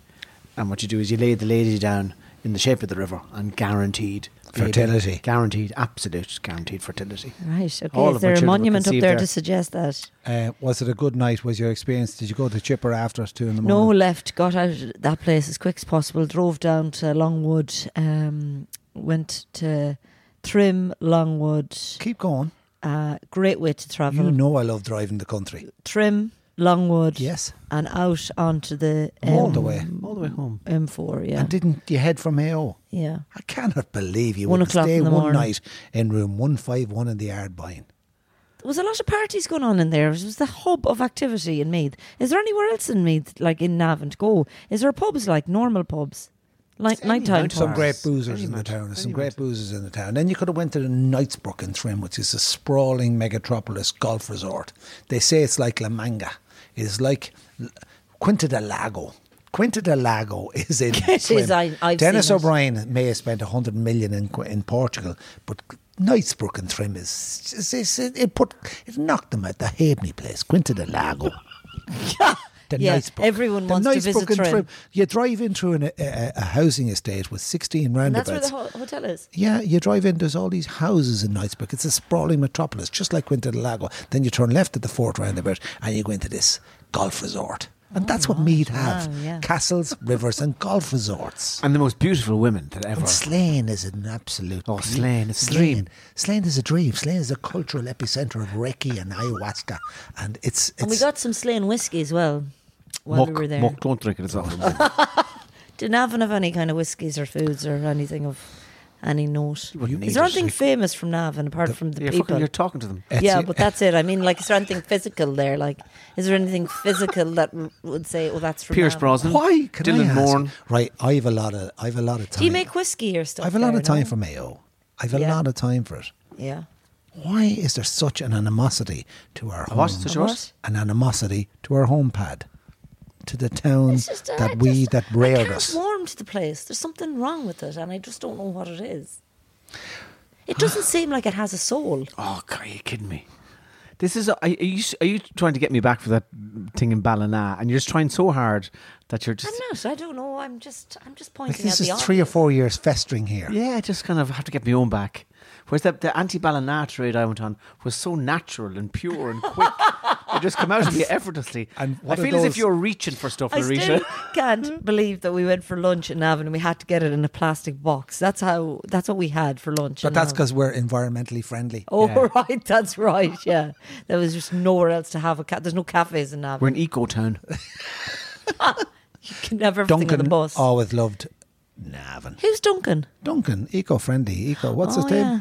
[SPEAKER 5] and what you do is you lay the lady down in the shape of the river and guaranteed baby.
[SPEAKER 3] Fertility.
[SPEAKER 5] guaranteed, absolute guaranteed fertility.
[SPEAKER 4] Right. Okay.
[SPEAKER 5] All
[SPEAKER 4] Is
[SPEAKER 5] of my
[SPEAKER 4] there a
[SPEAKER 5] children were
[SPEAKER 4] monument up
[SPEAKER 5] conceived
[SPEAKER 4] there,
[SPEAKER 5] there.
[SPEAKER 4] to suggest that?
[SPEAKER 3] Uh, was it a good night? Was your experience? Did you go to Chipper after us two in the
[SPEAKER 4] No,
[SPEAKER 3] morning?
[SPEAKER 4] left, got out of that place as quick as possible, drove down to Longwood, um, went to Trim, Longwood,
[SPEAKER 3] Keep going.
[SPEAKER 4] uh, great way to travel.
[SPEAKER 3] You know I love driving the country.
[SPEAKER 4] Trim, Longwood,
[SPEAKER 3] Yes.
[SPEAKER 4] and out onto the um,
[SPEAKER 3] All the way.
[SPEAKER 5] All the way home.
[SPEAKER 4] M4, yeah,
[SPEAKER 3] And didn't you head from AO?
[SPEAKER 4] yeah.
[SPEAKER 3] I cannot believe you
[SPEAKER 4] One
[SPEAKER 3] would
[SPEAKER 4] o'clock
[SPEAKER 3] stay
[SPEAKER 4] in the
[SPEAKER 3] one
[SPEAKER 4] morning.
[SPEAKER 3] night in room one five one in the Ardbine.
[SPEAKER 4] There was a lot of parties going on in there. It was the hub of activity in Meath. Is there anywhere else in Meath, like in Navan, to go? Is there pubs like normal pubs, like
[SPEAKER 5] Any
[SPEAKER 4] nighttime
[SPEAKER 5] amount of
[SPEAKER 4] pubs?
[SPEAKER 3] Some
[SPEAKER 5] Bars.
[SPEAKER 3] great boozers in the
[SPEAKER 5] Anywhere.
[SPEAKER 3] town. There's some great boozers in the town. Then you could have went to the Knightsbrook in Trim, which is a sprawling megatropolis golf resort. They say it's like La Manga. It is like L- Quinta del Lago. Quinta del Lago *laughs* is in
[SPEAKER 4] It
[SPEAKER 3] Trim.
[SPEAKER 4] is, I- I've
[SPEAKER 3] Dennis
[SPEAKER 4] seen it.
[SPEAKER 3] O'Brien may have spent 100 million in, Qu- in Portugal, but Knightsbrook in Trim is... is- is- It, it put, it knocked them at the Haveney place, Quinta del Lago. The
[SPEAKER 4] *laughs* Yeah,
[SPEAKER 3] Knightsbrook.
[SPEAKER 4] everyone
[SPEAKER 3] the
[SPEAKER 4] wants to
[SPEAKER 3] Knightsbrook
[SPEAKER 4] visit
[SPEAKER 3] in
[SPEAKER 4] Trim.
[SPEAKER 3] You drive in through an, a, a, a housing estate with 16
[SPEAKER 4] And
[SPEAKER 3] roundabouts.
[SPEAKER 4] that's where the ho- hotel is.
[SPEAKER 3] Yeah, you drive in, there's all these houses in Knightsbrook. It's a sprawling metropolis, just like Quinta del Lago. Then you turn left at the fort roundabout and you go into this golf resort. And that's what Mead have
[SPEAKER 4] Oh, Wow, yeah. *laughs*
[SPEAKER 3] castles, rivers, and golf resorts.
[SPEAKER 5] And the most beautiful women that ever.
[SPEAKER 3] And Slane is an absolute.
[SPEAKER 5] Oh,
[SPEAKER 3] beaut-
[SPEAKER 5] Slane, it's a dream.
[SPEAKER 3] Slane is a dream. Slane is a cultural epicentre of Reiki and ayahuasca. And it's. it's
[SPEAKER 4] And we got some slain whiskey as well while we
[SPEAKER 5] Muck,
[SPEAKER 4] were there.
[SPEAKER 5] muck, don't drink it. It's *laughs* awful.
[SPEAKER 4] Didn't have enough any kind of whiskies or foods or anything of any note.
[SPEAKER 5] wouldn't need
[SPEAKER 4] Is there
[SPEAKER 5] it.
[SPEAKER 4] anything famous from Navan apart from the
[SPEAKER 5] you're fucking.
[SPEAKER 4] people?
[SPEAKER 5] You're talking to them.
[SPEAKER 3] it's-
[SPEAKER 4] yeah, but that's it. I mean, like, is there anything physical there? Like, is there anything physical that w- would say, "Oh, that's from
[SPEAKER 5] Pierce
[SPEAKER 4] Navan?
[SPEAKER 5] Brosnan.
[SPEAKER 3] Why? Can I
[SPEAKER 5] Dylan
[SPEAKER 3] ask?
[SPEAKER 5] Moran.
[SPEAKER 3] Right, I have a lot of. I have a lot of time.
[SPEAKER 4] Do you make whiskey or stuff?
[SPEAKER 3] I have a lot
[SPEAKER 4] there,
[SPEAKER 3] of time
[SPEAKER 4] no?
[SPEAKER 3] for Mayo. I have a
[SPEAKER 4] Yeah.
[SPEAKER 3] lot of time for it.
[SPEAKER 4] Yeah.
[SPEAKER 3] why is there such an animosity to our home?
[SPEAKER 5] what? Such a what?
[SPEAKER 3] An animosity to our home pad, to the town
[SPEAKER 4] It's just I
[SPEAKER 3] that we
[SPEAKER 4] just-
[SPEAKER 3] that
[SPEAKER 4] I
[SPEAKER 3] reared
[SPEAKER 4] can't
[SPEAKER 3] us.
[SPEAKER 4] warm to the place. There's something wrong with it, and I just don't know what it is. It doesn't seem like it has a soul.
[SPEAKER 5] Oh, God, are you kidding me? This is. Are are you? Are you trying to get me back for that thing in Ballina? And you're just trying so hard that you're
[SPEAKER 4] I'm
[SPEAKER 5] just.
[SPEAKER 4] not. I don't know. I'm just. I'm just
[SPEAKER 3] Like
[SPEAKER 4] pointing
[SPEAKER 3] this
[SPEAKER 4] out the
[SPEAKER 3] is three or
[SPEAKER 4] obvious.
[SPEAKER 3] four years festering here.
[SPEAKER 5] Yeah, I just kind of have to get my own back. Whereas the, the anti-Ballina trade I went on was so natural and pure and
[SPEAKER 3] *laughs*
[SPEAKER 5] quick. it just come out of you effortlessly.
[SPEAKER 3] And
[SPEAKER 5] I
[SPEAKER 3] what are
[SPEAKER 5] feel as if
[SPEAKER 3] those-
[SPEAKER 5] you're reaching for stuff,
[SPEAKER 4] I
[SPEAKER 5] Larisha.
[SPEAKER 4] still can't believe that we went for lunch in Navan and we had to get it in a plastic box. That's how. That's what we had for lunch.
[SPEAKER 3] But
[SPEAKER 4] in
[SPEAKER 3] that's
[SPEAKER 4] Navan.
[SPEAKER 3] because we're environmentally friendly.
[SPEAKER 4] Oh
[SPEAKER 5] Yeah.
[SPEAKER 4] *laughs* right, that's right. Yeah, there was just nowhere else to have a cat. There's no cafes in Navan.
[SPEAKER 5] We're an eco town.
[SPEAKER 4] you can have everything
[SPEAKER 3] Duncan
[SPEAKER 4] on the bus.
[SPEAKER 3] always loved Navan.
[SPEAKER 4] Who's Duncan?
[SPEAKER 3] Duncan, eco-friendly, eco. What's his
[SPEAKER 4] Oh,
[SPEAKER 3] name?
[SPEAKER 4] yeah.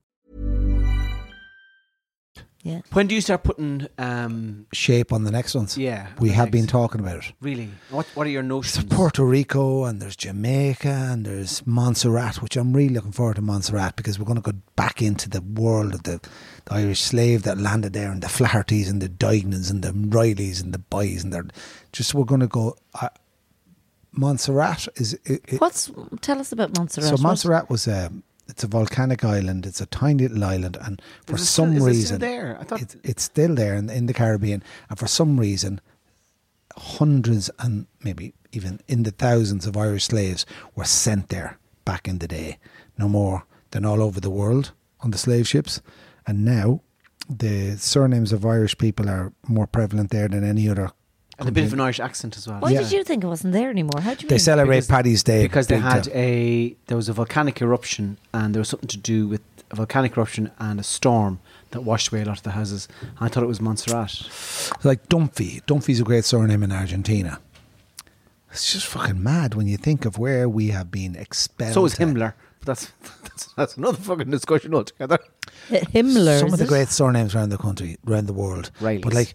[SPEAKER 4] Yeah.
[SPEAKER 5] When do you start putting? Um,
[SPEAKER 3] Shape on the next ones.
[SPEAKER 5] yeah,
[SPEAKER 3] We
[SPEAKER 5] the
[SPEAKER 3] have been
[SPEAKER 5] next-
[SPEAKER 3] talking about it.
[SPEAKER 5] Really, what what are your
[SPEAKER 3] There's
[SPEAKER 5] notions?
[SPEAKER 3] Puerto Rico and there's Jamaica and there's Montserrat, which I'm really looking forward to Montserrat because we're going to go back into the world of the, the Irish slave that landed there and the Flahertys and the Dignans and the Rileys and the Boys and they're just we're going to go. Uh, Montserrat is it, it,
[SPEAKER 4] What's tell us about Montserrat?
[SPEAKER 3] so
[SPEAKER 4] What-
[SPEAKER 3] Montserrat was a it's a volcanic island. It's a tiny little island, and for
[SPEAKER 5] Is it still-
[SPEAKER 3] some
[SPEAKER 5] is it still
[SPEAKER 3] reason
[SPEAKER 5] there? I thought-
[SPEAKER 3] it's, it's still there in, in the Caribbean, and for some reason, hundreds and maybe even in the thousands of Irish slaves were sent there back in the day. No more than all over the world on the slave ships, and now the surnames of Irish people are more prevalent there than any other.
[SPEAKER 5] And a bit of an Irish accent as well.
[SPEAKER 4] Why did
[SPEAKER 3] Yeah.
[SPEAKER 4] you think it wasn't there anymore? How do you
[SPEAKER 3] They
[SPEAKER 4] mean? *laughs*
[SPEAKER 3] celebrate
[SPEAKER 5] Because-
[SPEAKER 3] Paddy's Day
[SPEAKER 5] because they
[SPEAKER 3] big
[SPEAKER 5] had
[SPEAKER 3] time.
[SPEAKER 5] a there was a volcanic eruption and there was something to do with a volcanic eruption and a storm that washed away a lot of the houses. I thought it was Montserrat.
[SPEAKER 3] like Dumphy. Dumphy's a great surname in Argentina. It's just fucking mad when you think of where we have been expelled.
[SPEAKER 5] so is
[SPEAKER 3] to.
[SPEAKER 5] Himmler. But that's, that's that's another fucking discussion altogether.
[SPEAKER 4] Himmler.
[SPEAKER 3] Some
[SPEAKER 4] is
[SPEAKER 3] of the
[SPEAKER 4] it?
[SPEAKER 3] great surnames around the country, around the world.
[SPEAKER 5] Rileys.
[SPEAKER 3] But like,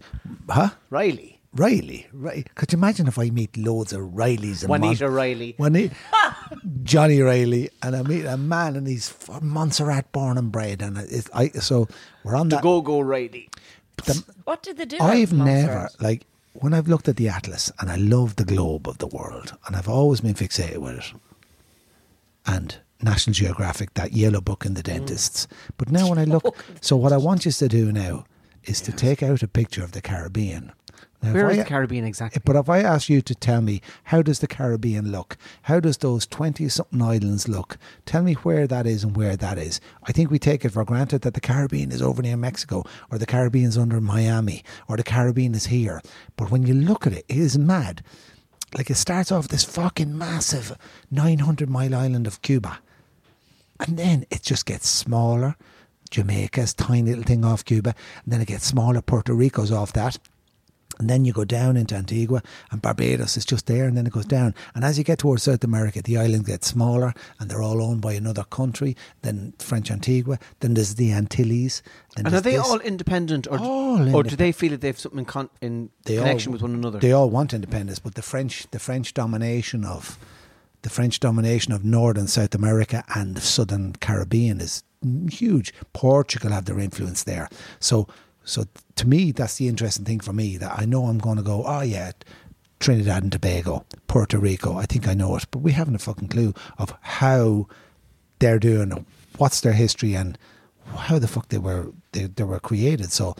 [SPEAKER 3] huh?
[SPEAKER 5] Riley.
[SPEAKER 3] Riley. Riley. Could you imagine if I meet loads of Rileys and
[SPEAKER 5] Juanita Riley.
[SPEAKER 3] Juanita, *laughs* Johnny Riley, and I meet a man and he's from Montserrat born and bred, and it's, I so we're on that.
[SPEAKER 5] Go go Riley.
[SPEAKER 4] What did they do?
[SPEAKER 3] I've
[SPEAKER 4] at Montserrat?
[SPEAKER 3] never like when I've looked at the atlas and I love the globe of the world and I've always been fixated with it. And National Geographic, that yellow book in the
[SPEAKER 5] Mm.
[SPEAKER 3] dentists. But now when I look,
[SPEAKER 5] *laughs*
[SPEAKER 3] so what I want you to do now is to take out a picture of the Caribbean. Now, if
[SPEAKER 5] Where
[SPEAKER 3] I-
[SPEAKER 5] is the Caribbean exactly?
[SPEAKER 3] But if I ask you to tell me how does the Caribbean look, how does those twenty something islands look? Tell me where that is and where that is. I think we take it for granted that the Caribbean is over near Mexico, or the Caribbean's under Miami, or the Caribbean is here. But when you look at it, it is mad. Like it starts off this fucking massive nine hundred mile island of Cuba. And then it just gets smaller. Jamaica's tiny little thing off Cuba. And then it gets smaller. Puerto Rico's off that. And then you go down into Antigua and Barbados is just there and then it goes down. And as you get towards South America, the island gets smaller and they're all owned by another country. Then French Antigua. Then there's the Antilles. Then
[SPEAKER 5] and are
[SPEAKER 3] there's
[SPEAKER 5] they
[SPEAKER 3] this.
[SPEAKER 5] all independent, or
[SPEAKER 3] All
[SPEAKER 5] or do
[SPEAKER 3] independent.
[SPEAKER 5] they feel that they have something in, con- in
[SPEAKER 3] They all-
[SPEAKER 5] connection with one another?
[SPEAKER 3] They all want independence, but the French, the French domination of the French domination of northern South America and the southern Caribbean is huge. Portugal have their influence there, so so to me that's the interesting thing for me that I know I'm going to go. Oh yeah. Trinidad and Tobago, Puerto Rico, I think I know it, but we haven't a fucking clue of how they're doing, it, what's their history, and how the fuck they were they, they were created. So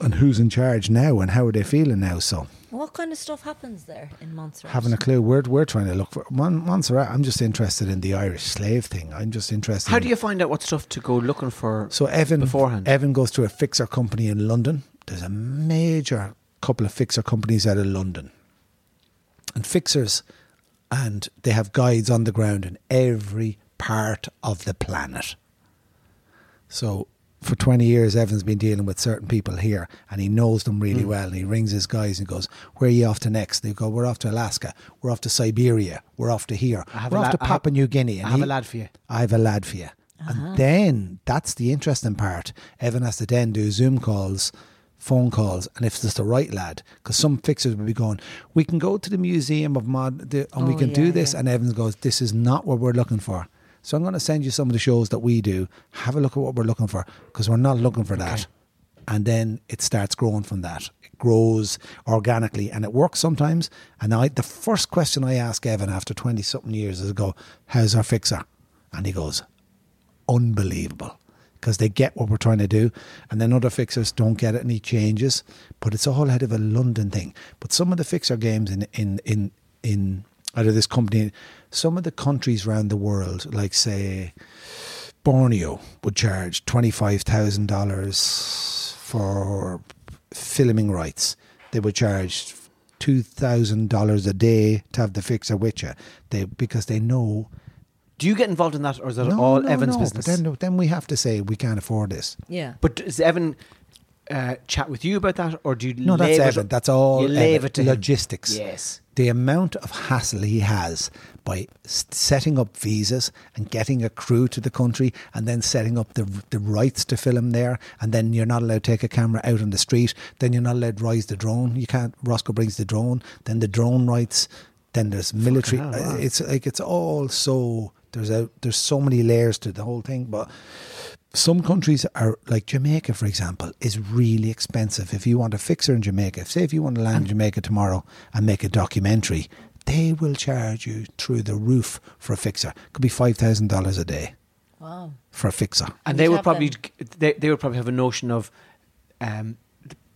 [SPEAKER 3] and who's in charge now and how are they feeling now. So
[SPEAKER 4] What kind of stuff happens there in Montserrat?
[SPEAKER 3] having a clue, we're, we're trying to look for Mon- Montserrat. I'm just interested in the Irish slave thing. I'm just interested.
[SPEAKER 5] How
[SPEAKER 3] in-
[SPEAKER 5] do you find out what stuff to go looking for?
[SPEAKER 3] So Evan
[SPEAKER 5] beforehand?
[SPEAKER 3] Evan goes to a fixer company in London. There's a major couple of fixer companies out of London, and fixers, and they have guides on the ground in every part of the planet. So for 20 years, Evan's been dealing with certain people here and he knows them
[SPEAKER 5] Hmm.
[SPEAKER 3] really well. And he rings his guys and goes, Where are you off to next? They go, We're off to Alaska. We're off to Siberia. We're off to here.
[SPEAKER 5] I have
[SPEAKER 3] We're
[SPEAKER 5] a
[SPEAKER 3] off
[SPEAKER 5] la-
[SPEAKER 3] to
[SPEAKER 5] I have-
[SPEAKER 3] Papua New Guinea. And
[SPEAKER 5] I have a lad for you.
[SPEAKER 3] I have a lad for you.
[SPEAKER 4] Uh-huh.
[SPEAKER 3] And then that's the interesting part. Evan has to then do Zoom calls phone calls, and if it's the right lad, because some fixers will be going, we can go to the Museum of Mod the- and we
[SPEAKER 4] Oh,
[SPEAKER 3] can
[SPEAKER 4] yeah,
[SPEAKER 3] do this,
[SPEAKER 4] yeah.
[SPEAKER 3] and Evans goes, this is not what we're looking for. So I'm going to send you some of the shows that we do. Have a look at what we're looking for, because we're not looking for that. And then it starts growing from that. It grows organically, and it works sometimes. And I, the first question I ask Evan after twenty something years is, "Go, how's our fixer?" And he goes, unbelievable because they get what we're trying to do and then other fixers don't get it and he changes but it's all out of a london thing but some of the fixer games in in in in out of this company some of the countries around the world like say borneo would charge $25000 for filming rights they would charge $2000 a day to have the fixer with you they, because they know
[SPEAKER 5] Do you get involved in that, or is that all Evan's
[SPEAKER 3] but
[SPEAKER 5] business?
[SPEAKER 3] then, then we have to say we can't afford this. *laughs*
[SPEAKER 7] Yeah.
[SPEAKER 5] But does Evan uh, chat with you about that, or do you?
[SPEAKER 3] No, that's
[SPEAKER 5] leave it-
[SPEAKER 3] Evan. That's all
[SPEAKER 5] You leave
[SPEAKER 3] Evan.
[SPEAKER 5] it to him.
[SPEAKER 3] logistics.
[SPEAKER 5] Yes.
[SPEAKER 3] The amount of hassle he has by s- setting up visas and getting a crew to the country and then setting up the, the rights to film there and then you're not allowed to take a camera out on the street then you're not allowed to rise the drone you can't Roscoe brings the drone then the drone rights then there's military Uh, it's like it's all so there's a there's so many layers to the whole thing but some countries are like Jamaica, for example, is really expensive. If you want a fixer in Jamaica, say if you want to land in Jamaica tomorrow and make a documentary, they will charge you through the roof for a fixer. Could be five thousand dollars a day. Wow. For a fixer.
[SPEAKER 5] and they
[SPEAKER 4] Which
[SPEAKER 5] would probably
[SPEAKER 4] happened.
[SPEAKER 5] they, they would probably have a notion of um,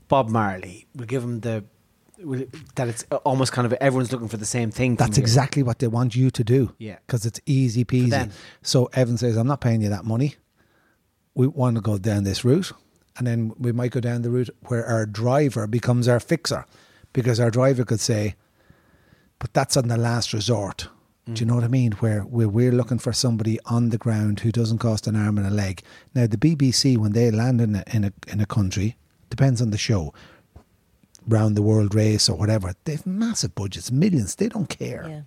[SPEAKER 5] Bob Marley. We give him the we'll, that it's uh, almost kind of everyone's looking for the same thing. from
[SPEAKER 3] That's
[SPEAKER 5] here.
[SPEAKER 3] exactly what they want you to do.
[SPEAKER 5] Yeah.
[SPEAKER 3] Because it's easy peasy.
[SPEAKER 5] them.
[SPEAKER 3] So Evan says, I'm not paying you that money. We want to go down this route. And then we might go down the route where our driver becomes our fixer because our driver could say, but that's on the last resort. Do
[SPEAKER 5] Mm.
[SPEAKER 3] you know what I mean? Where we're, we're looking for somebody on the ground who doesn't cost an arm and a leg. Now, the BBC, when they land in a, in a, in a country, depends on the show, round the world race or whatever, they've massive budgets, millions. They don't care.
[SPEAKER 4] Yeah.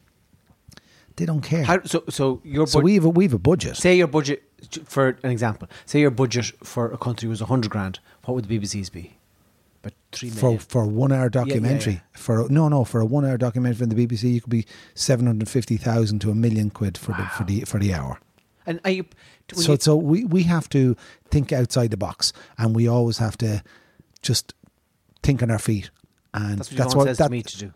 [SPEAKER 3] They don't care.
[SPEAKER 5] How, so so your
[SPEAKER 3] so
[SPEAKER 5] bud-
[SPEAKER 3] we've a, we've a budget.
[SPEAKER 5] say your budget for an example. Say your budget for a country was hundred grand. What would the BBC's be? About three
[SPEAKER 3] for
[SPEAKER 5] million.
[SPEAKER 3] for a one hour
[SPEAKER 5] yeah,
[SPEAKER 3] documentary for a, no no for a one hour documentary from the BBC you could be seven hundred fifty thousand to a million quid for the for the for the hour.
[SPEAKER 5] and are you? when
[SPEAKER 3] so
[SPEAKER 5] you-
[SPEAKER 3] so we we have to think outside the box, and we always have to just think on our feet. And
[SPEAKER 5] that's what
[SPEAKER 3] that's
[SPEAKER 5] Yvonne
[SPEAKER 3] what
[SPEAKER 5] says
[SPEAKER 3] that,
[SPEAKER 5] to me to do.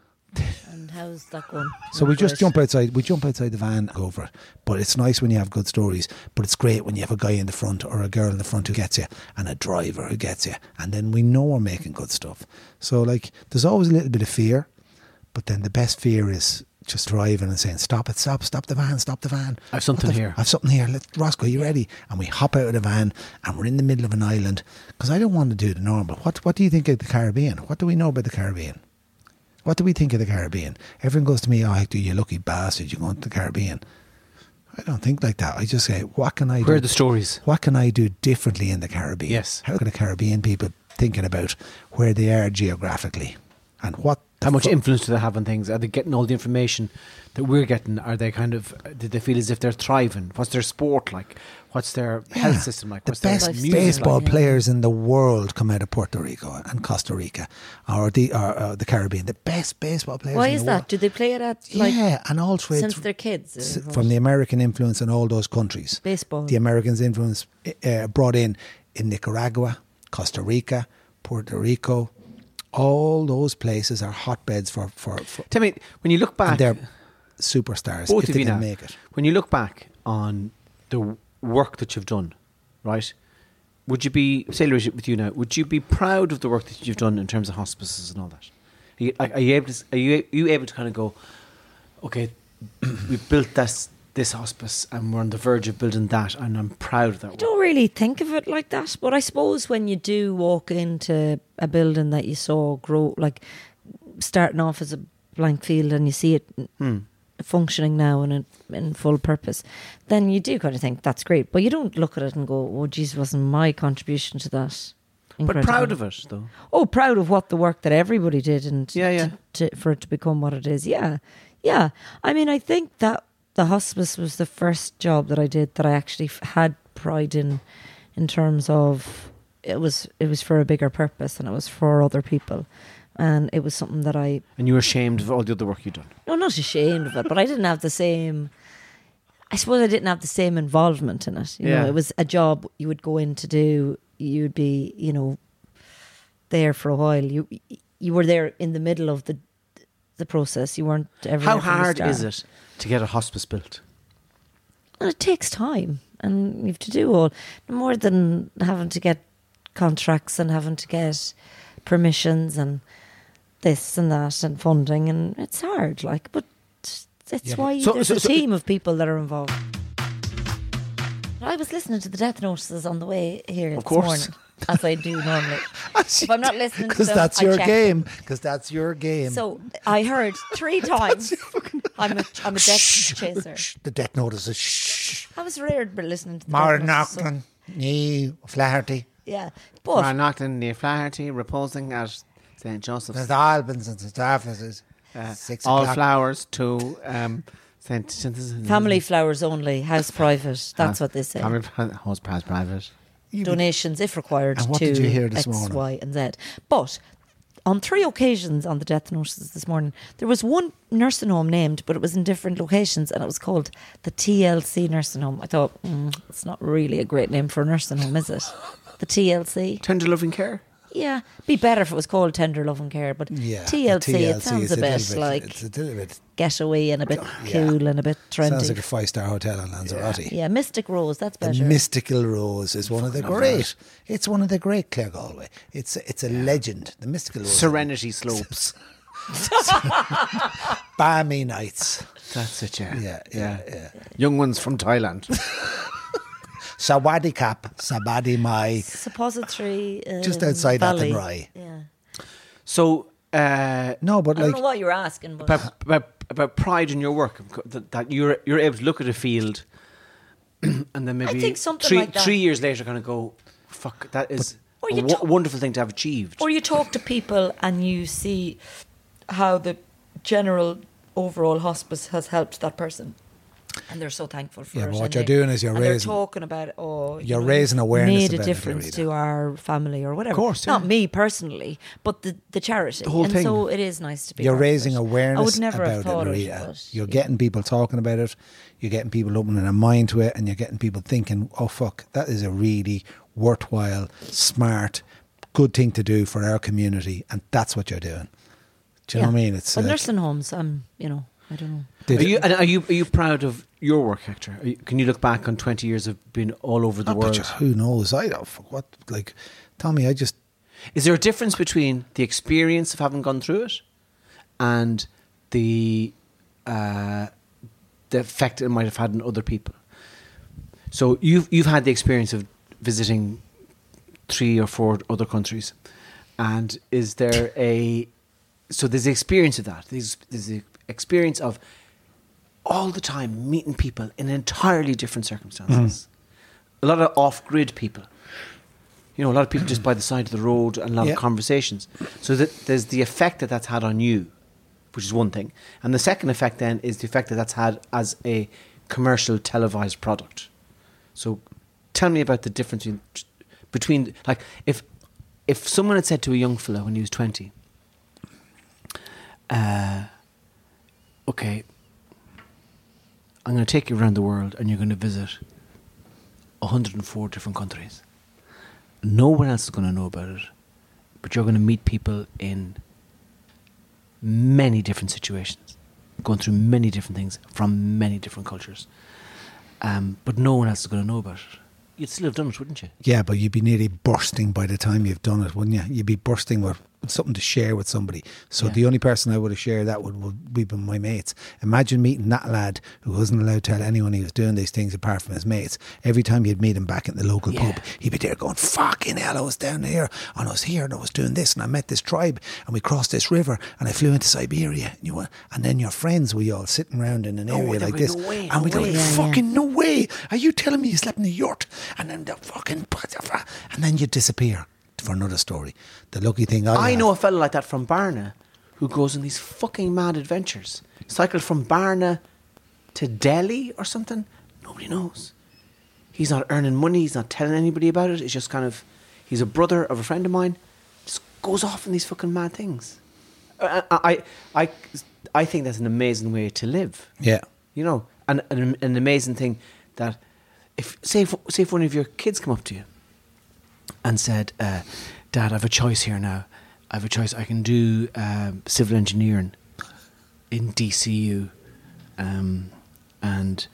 [SPEAKER 4] And how's that going?
[SPEAKER 3] So we just jump outside. We jump outside the van and go over it. But it's nice when you have good stories. But it's great when you have a guy in the front or a girl in the front who gets you, and a driver who gets you, and then we know we're making good stuff. So like, there's always a little bit of fear, but then the best fear is just driving and saying, "Stop it! Stop! Stop the van! Stop the van!
[SPEAKER 5] I've something
[SPEAKER 3] What the
[SPEAKER 5] here."
[SPEAKER 3] I've something here. Let, Roscoe, you ready?" And we hop out of the van, and we're in the middle of an island because I don't want to do the normal. What What do you think of the Caribbean? What do we know about the Caribbean? What do we think of the Caribbean? Everyone goes to me, oh, Hector, you lucky bastard, you're going to the Caribbean. I don't think like that. I just say, what can I
[SPEAKER 5] Where
[SPEAKER 3] do?
[SPEAKER 5] are the stories?
[SPEAKER 3] What can I do differently in the Caribbean?
[SPEAKER 5] Yes.
[SPEAKER 3] How can the Caribbean people thinking about where they are geographically and what? the
[SPEAKER 5] How much
[SPEAKER 3] fu-
[SPEAKER 5] influence do they have on things? Are they getting all the information that we're getting? Are they kind of? Do they feel as if they're thriving? What's their sport like? What's their health system like?
[SPEAKER 3] Ah, The
[SPEAKER 5] What's
[SPEAKER 3] best
[SPEAKER 5] their music
[SPEAKER 3] baseball
[SPEAKER 5] like?
[SPEAKER 3] players in the world come out of Puerto Rico and Costa Rica or the or, uh, the Caribbean. The best baseball players.
[SPEAKER 4] Why
[SPEAKER 3] in
[SPEAKER 4] is
[SPEAKER 3] the
[SPEAKER 4] that? Do they play it at like
[SPEAKER 3] yeah, and also it's-
[SPEAKER 4] since they're kids?
[SPEAKER 3] s-
[SPEAKER 4] or what?
[SPEAKER 3] from the American influence in all those countries.
[SPEAKER 4] Baseball.
[SPEAKER 3] The Americans' influence uh, brought in in Nicaragua, Costa Rica, Puerto Rico. All those places are hotbeds for for, for
[SPEAKER 5] Tell me, when you look back,
[SPEAKER 3] and they're superstars
[SPEAKER 5] both
[SPEAKER 3] if
[SPEAKER 5] of
[SPEAKER 3] they
[SPEAKER 5] you
[SPEAKER 3] can
[SPEAKER 5] now,
[SPEAKER 3] make it.
[SPEAKER 5] when you look back on the w- work that you've done, right? Would you be say Louise, with you now? Would you be proud of the work that you've done in terms of hospices and all that? Are you, are are you able to? s- Are you are you able to kind of go? Okay, *clears throat* we built this this hospice, and we're on the verge of building that, and I'm proud of that.
[SPEAKER 4] I
[SPEAKER 5] work.
[SPEAKER 4] don't really think of it like that, but I suppose when you do walk into a building that you saw grow, like starting off as a blank field, and you see it functioning now and in, in full purpose, then you do kind of think that's great. But you don't look at it and go, "Oh, geez, wasn't my contribution to that?"
[SPEAKER 5] But
[SPEAKER 4] incredible?"
[SPEAKER 5] proud of it, though.
[SPEAKER 4] oh, proud of what the work that everybody did and
[SPEAKER 5] Yeah, yeah.
[SPEAKER 4] To, to, for it to become what it is. Yeah, yeah. I mean, I think that the hospice was the first job that I did that I actually f- had pride in, in terms of it was it was for a bigger purpose and it was for other people, and it was something that I
[SPEAKER 5] And you were ashamed of all the other work you'd done.
[SPEAKER 4] no not ashamed of it, but I didn't have the same. I suppose I didn't have the same involvement in it. You
[SPEAKER 5] Yeah.
[SPEAKER 4] know, it was a job you would go in to do. You'd be you know there for a while. You you were there in the middle of the the process. You weren't ever.
[SPEAKER 5] How
[SPEAKER 4] there from the
[SPEAKER 5] hard is
[SPEAKER 4] start.
[SPEAKER 5] it to get a hospice built?
[SPEAKER 4] And it takes time, and you have to do all more than having to get contracts and having to get permissions and this and that and funding, and it's hard. Like, but it's why
[SPEAKER 5] So-
[SPEAKER 4] there's
[SPEAKER 5] so-
[SPEAKER 4] a
[SPEAKER 5] so-
[SPEAKER 4] team of people that are involved. I was listening to the death notices on the way here this
[SPEAKER 5] course.
[SPEAKER 4] morning, as I do
[SPEAKER 5] *laughs*
[SPEAKER 4] normally. *laughs*
[SPEAKER 3] *laughs*
[SPEAKER 4] if I'm not listening, to
[SPEAKER 3] Because
[SPEAKER 4] them,
[SPEAKER 3] that's
[SPEAKER 4] I
[SPEAKER 3] your
[SPEAKER 4] check.
[SPEAKER 3] game. Because that's your game.
[SPEAKER 4] So I heard
[SPEAKER 5] *laughs*
[SPEAKER 4] three times. I'm a I'm a death chaser.
[SPEAKER 3] Shh, the deck notices. Shh.
[SPEAKER 4] I was reared by listening to the
[SPEAKER 3] Martin
[SPEAKER 4] death notices, so-
[SPEAKER 3] Auckland. Nee, Flaherty.
[SPEAKER 4] Yeah,
[SPEAKER 5] Well,
[SPEAKER 4] but
[SPEAKER 5] Auckland near Flaherty, reposing at St. Joseph's. uh,
[SPEAKER 3] There's the Albans and the Staffers.
[SPEAKER 4] Uh,
[SPEAKER 3] Six
[SPEAKER 5] all
[SPEAKER 3] o'clock.
[SPEAKER 5] flowers to um, St. *laughs*
[SPEAKER 3] Mm.
[SPEAKER 5] St-
[SPEAKER 4] Family flowers only, house
[SPEAKER 3] Ah.
[SPEAKER 4] private. That's what they say.
[SPEAKER 5] Family house private.
[SPEAKER 4] Donations, if required,
[SPEAKER 3] And what
[SPEAKER 4] to
[SPEAKER 3] did you hear this
[SPEAKER 4] X,
[SPEAKER 3] morning?
[SPEAKER 4] Y, and Z. But on three occasions on the death notices this morning, there was one nursing home named, but it was in different locations, and it was called the TLC nursing home. I thought mm, it's not really a great name for a nursing home,
[SPEAKER 3] *laughs*
[SPEAKER 4] is it? The TLC.
[SPEAKER 5] Tender loving care.
[SPEAKER 4] Yeah, be better if it was called Tender Love and Care, but
[SPEAKER 3] Yeah, the
[SPEAKER 4] TLC,
[SPEAKER 3] TLC
[SPEAKER 4] It
[SPEAKER 3] is
[SPEAKER 4] sounds a
[SPEAKER 3] little
[SPEAKER 4] bit, like
[SPEAKER 3] It's a little bit.
[SPEAKER 4] getaway and a bit
[SPEAKER 3] Yeah.
[SPEAKER 4] cool and a bit trendy.
[SPEAKER 3] Sounds like a five star hotel on Lanzarote.
[SPEAKER 4] yeah, Mystic Rose. That's
[SPEAKER 3] The
[SPEAKER 4] better.
[SPEAKER 3] Mystical Rose is one of the great. It's one of the great Clare Galway. It's it's a legend. The Mystical Rose. *laughs*
[SPEAKER 4] *laughs*
[SPEAKER 5] Serenity slopes.
[SPEAKER 3] Balmy nights.
[SPEAKER 5] That's it, yeah.
[SPEAKER 3] Yeah, yeah, yeah.
[SPEAKER 5] Young ones from Thailand.
[SPEAKER 4] *laughs*
[SPEAKER 3] Sawadee Cap, Sabadi Mai,
[SPEAKER 4] suppository uh,
[SPEAKER 3] just outside
[SPEAKER 4] valley.
[SPEAKER 3] Athenry.
[SPEAKER 4] Yeah.
[SPEAKER 5] so, uh,
[SPEAKER 3] No, but
[SPEAKER 4] I don't
[SPEAKER 3] like
[SPEAKER 4] know what you were asking, but
[SPEAKER 5] about, about, about pride in your work, that, that you're, you're able to look at a field *clears throat* and then maybe
[SPEAKER 4] think something
[SPEAKER 5] three,
[SPEAKER 4] like that.
[SPEAKER 5] three years later kind of go, fuck, that is
[SPEAKER 4] Or
[SPEAKER 5] a
[SPEAKER 4] you
[SPEAKER 5] wo-
[SPEAKER 4] talk-
[SPEAKER 5] wonderful thing to have achieved.
[SPEAKER 4] or you talk to people and you see how the general overall hospice has helped that person, and they're so thankful for
[SPEAKER 3] Yeah,
[SPEAKER 4] it.
[SPEAKER 3] but what
[SPEAKER 4] and
[SPEAKER 3] you're
[SPEAKER 4] they-
[SPEAKER 3] doing is you're
[SPEAKER 4] and they're
[SPEAKER 3] raising-
[SPEAKER 4] talking about oh, you
[SPEAKER 3] You're
[SPEAKER 4] know,
[SPEAKER 3] raising awareness
[SPEAKER 4] made
[SPEAKER 3] about it,
[SPEAKER 4] a difference
[SPEAKER 3] Lorena.
[SPEAKER 4] to our family or whatever. Of
[SPEAKER 5] course,
[SPEAKER 4] not
[SPEAKER 5] yeah.
[SPEAKER 4] me personally, but the the charity.
[SPEAKER 5] whole
[SPEAKER 4] and
[SPEAKER 5] thing.
[SPEAKER 4] so it is nice to be.
[SPEAKER 3] you're
[SPEAKER 4] part of
[SPEAKER 3] raising
[SPEAKER 4] it.
[SPEAKER 3] awareness
[SPEAKER 4] I would never
[SPEAKER 3] about
[SPEAKER 4] have thought
[SPEAKER 3] it,
[SPEAKER 4] of
[SPEAKER 3] Maria.
[SPEAKER 4] but,
[SPEAKER 3] you're
[SPEAKER 4] yeah.
[SPEAKER 3] getting people talking about it. You're getting people opening their mind to it, and you're getting people thinking, "Oh fuck, that is a really worthwhile, smart, good thing to do for our community." And that's what you're doing. Do you know what I mean? It's
[SPEAKER 4] but
[SPEAKER 3] like-
[SPEAKER 4] nursing homes. I'm, you know, I don't know.
[SPEAKER 5] Are you, and are you are you proud of your work, Hector? Are you, can you look back on twenty years of being all over the
[SPEAKER 3] Oh, but
[SPEAKER 5] world?
[SPEAKER 3] just who knows? I don't fuck what like. Tommy, I just
[SPEAKER 5] Is there a difference between the experience of having gone through it and the uh, the effect it might have had on other people? So you've you've had the experience of visiting three or four other countries, and is there a so there's the experience of that. There's there's the experience of all the time meeting people in entirely different circumstances. A lot of off grid people. You know, a lot of people just by the side of the road and a lot
[SPEAKER 3] Yeah.
[SPEAKER 5] of conversations. So that there's the effect that that's had on you, which is one thing. And the second effect then is the effect that that's had as a commercial televised product. So tell me about the difference in, between, like, if, if someone had said to a young fellow when he was 20, uh, okay, I'm going to take you around the world and you're going to visit 104 different countries. No one else is going to know about it, but you're going to meet people in many different situations, going through many different things from many different cultures. Um, but no one else is going to know about it. You'd still have done it, wouldn't you?
[SPEAKER 3] Yeah, but you'd be nearly bursting by the time you've done it, wouldn't you? You'd be bursting with with something to share with somebody. So
[SPEAKER 5] Yeah.
[SPEAKER 3] the only person I would have shared that would, would be with my mates. Imagine meeting that lad who wasn't allowed to tell anyone he was doing these things apart from his mates. Every time you'd meet him back at the local
[SPEAKER 5] Yeah.
[SPEAKER 3] pub, he'd be there going, fucking hell, I was down here and I was here and I was doing this and I met this tribe and we crossed this river and I flew into Siberia. And, you were, and then your friends were you all sitting around in an area
[SPEAKER 5] Oh, there were
[SPEAKER 3] like this.
[SPEAKER 5] no way,
[SPEAKER 3] and we'd
[SPEAKER 5] no
[SPEAKER 3] go,
[SPEAKER 5] way. Yeah,
[SPEAKER 3] fucking no way. Are you telling me you slept in the yurt? And then the fucking. And then you disappear for another story. The lucky thing I,
[SPEAKER 5] I
[SPEAKER 3] have-
[SPEAKER 5] know a fella like that from Barna who goes on these fucking mad adventures. Cycled from Barna to Delhi or something. Nobody knows. He's not earning money. He's not telling anybody about it. It's just kind of He's a brother of a friend of mine. Just goes off on these fucking mad things. I, I, I, I think that's an amazing way to live.
[SPEAKER 3] Yeah.
[SPEAKER 5] You know, and, and an amazing thing that if say if, say if one of your kids come up to you and said, uh, "Dad, I've a choice here now. I have a choice. I can do um, civil engineering in DCU, um, and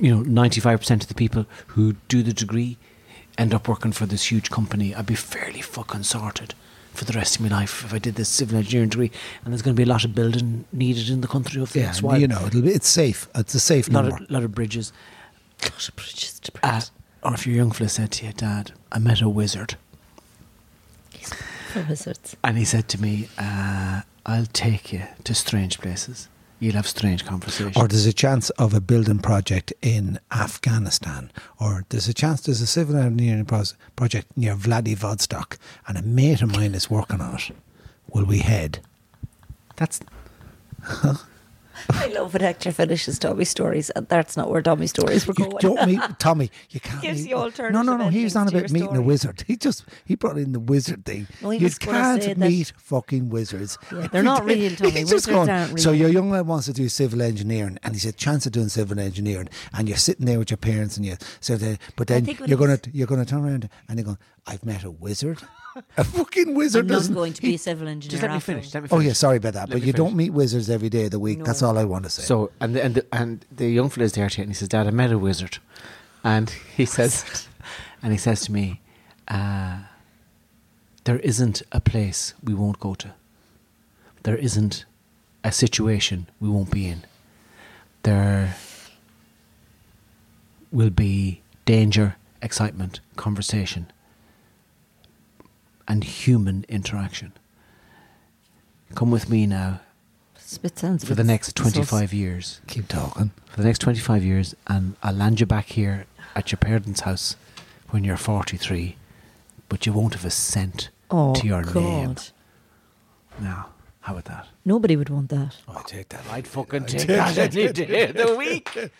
[SPEAKER 5] you know, ninety-five percent of the people who do the degree end up working for this huge company. I'd be fairly fucking sorted." For the rest of my life, if I did this civil engineering degree, and there's going to be a lot of building needed in the country over the
[SPEAKER 3] Yeah.
[SPEAKER 5] next
[SPEAKER 3] and
[SPEAKER 5] while,
[SPEAKER 3] You know, it'll be, it's safe. It's a safe
[SPEAKER 5] a lot
[SPEAKER 3] number.
[SPEAKER 5] of, lot of bridges.
[SPEAKER 4] Gosh, but it's just
[SPEAKER 5] Uh,
[SPEAKER 4] depressed.
[SPEAKER 5] or if your young fella said to you, Dad, I met a wizard.
[SPEAKER 4] For wizards.
[SPEAKER 5] And he said to me, uh, I'll take you to strange places. You'll have strange conversations.
[SPEAKER 3] Or there's a chance of a building project in Afghanistan. Or there's a chance there's a civil engineering pros- project near Vladivostok and a mate of mine is working on it. Will we head?
[SPEAKER 5] That's
[SPEAKER 4] I love when Hector finishes Tommy stories, and that's not where Tommy stories were
[SPEAKER 3] You
[SPEAKER 4] going.
[SPEAKER 3] don't meet Tommy.
[SPEAKER 4] *laughs*
[SPEAKER 3] You can't.
[SPEAKER 4] Gives
[SPEAKER 3] meet-
[SPEAKER 4] you alternative
[SPEAKER 3] No, no, no. He
[SPEAKER 4] endings
[SPEAKER 3] was on
[SPEAKER 4] to
[SPEAKER 3] about
[SPEAKER 4] your
[SPEAKER 3] meeting a
[SPEAKER 4] story.
[SPEAKER 3] wizard. *laughs* He just he brought in the wizard thing.
[SPEAKER 4] Well, he
[SPEAKER 3] you
[SPEAKER 4] was gonna say
[SPEAKER 3] can't
[SPEAKER 4] that-
[SPEAKER 3] meet fucking wizards.
[SPEAKER 4] *laughs* Yeah,
[SPEAKER 3] *laughs*
[SPEAKER 4] they're not real, Tommy.
[SPEAKER 3] He's
[SPEAKER 4] Wizards
[SPEAKER 3] just going,
[SPEAKER 4] aren't
[SPEAKER 3] So
[SPEAKER 4] real."
[SPEAKER 3] your young man wants to do civil engineering, and he's a chance of doing civil engineering, and you're sitting there with your parents, and you so they, but then
[SPEAKER 4] think when
[SPEAKER 3] you're
[SPEAKER 4] it
[SPEAKER 3] gonna
[SPEAKER 4] was-
[SPEAKER 3] you're gonna turn around and you're going, I've met a wizard.
[SPEAKER 4] *laughs*
[SPEAKER 3] A fucking wizard
[SPEAKER 4] I'm not
[SPEAKER 3] doesn't.
[SPEAKER 4] going to be a civil engineer.
[SPEAKER 5] just let me
[SPEAKER 4] after
[SPEAKER 5] finish.
[SPEAKER 4] all.
[SPEAKER 5] Let me
[SPEAKER 3] Oh
[SPEAKER 5] finish.
[SPEAKER 3] yeah, sorry about that.
[SPEAKER 5] Let
[SPEAKER 3] but
[SPEAKER 5] me
[SPEAKER 3] you
[SPEAKER 5] finish.
[SPEAKER 3] don't meet wizards every day of the week. That's all I want to say.
[SPEAKER 5] So and the, and the, and the young fella is there to you, and he says, "Dad, I met a wizard," and he says, and he says to me, uh, "There isn't a place we won't go to. There isn't a situation we won't be in. There will be danger, excitement, conversation, and human interaction. Come with me now."
[SPEAKER 4] It's a bit- sounds a
[SPEAKER 5] For
[SPEAKER 4] bit
[SPEAKER 5] the next
[SPEAKER 4] sus.
[SPEAKER 5] 25 years,
[SPEAKER 3] keep talking.
[SPEAKER 5] for the next 25 years and I'll land you back here at your parents' house when you're 43, but you won't have a cent
[SPEAKER 4] Oh,
[SPEAKER 5] to your
[SPEAKER 4] God.
[SPEAKER 5] name. Now, how about that?
[SPEAKER 4] Nobody would want that.
[SPEAKER 5] Oh,
[SPEAKER 3] I take that.
[SPEAKER 5] I'd fucking take that any day of the week.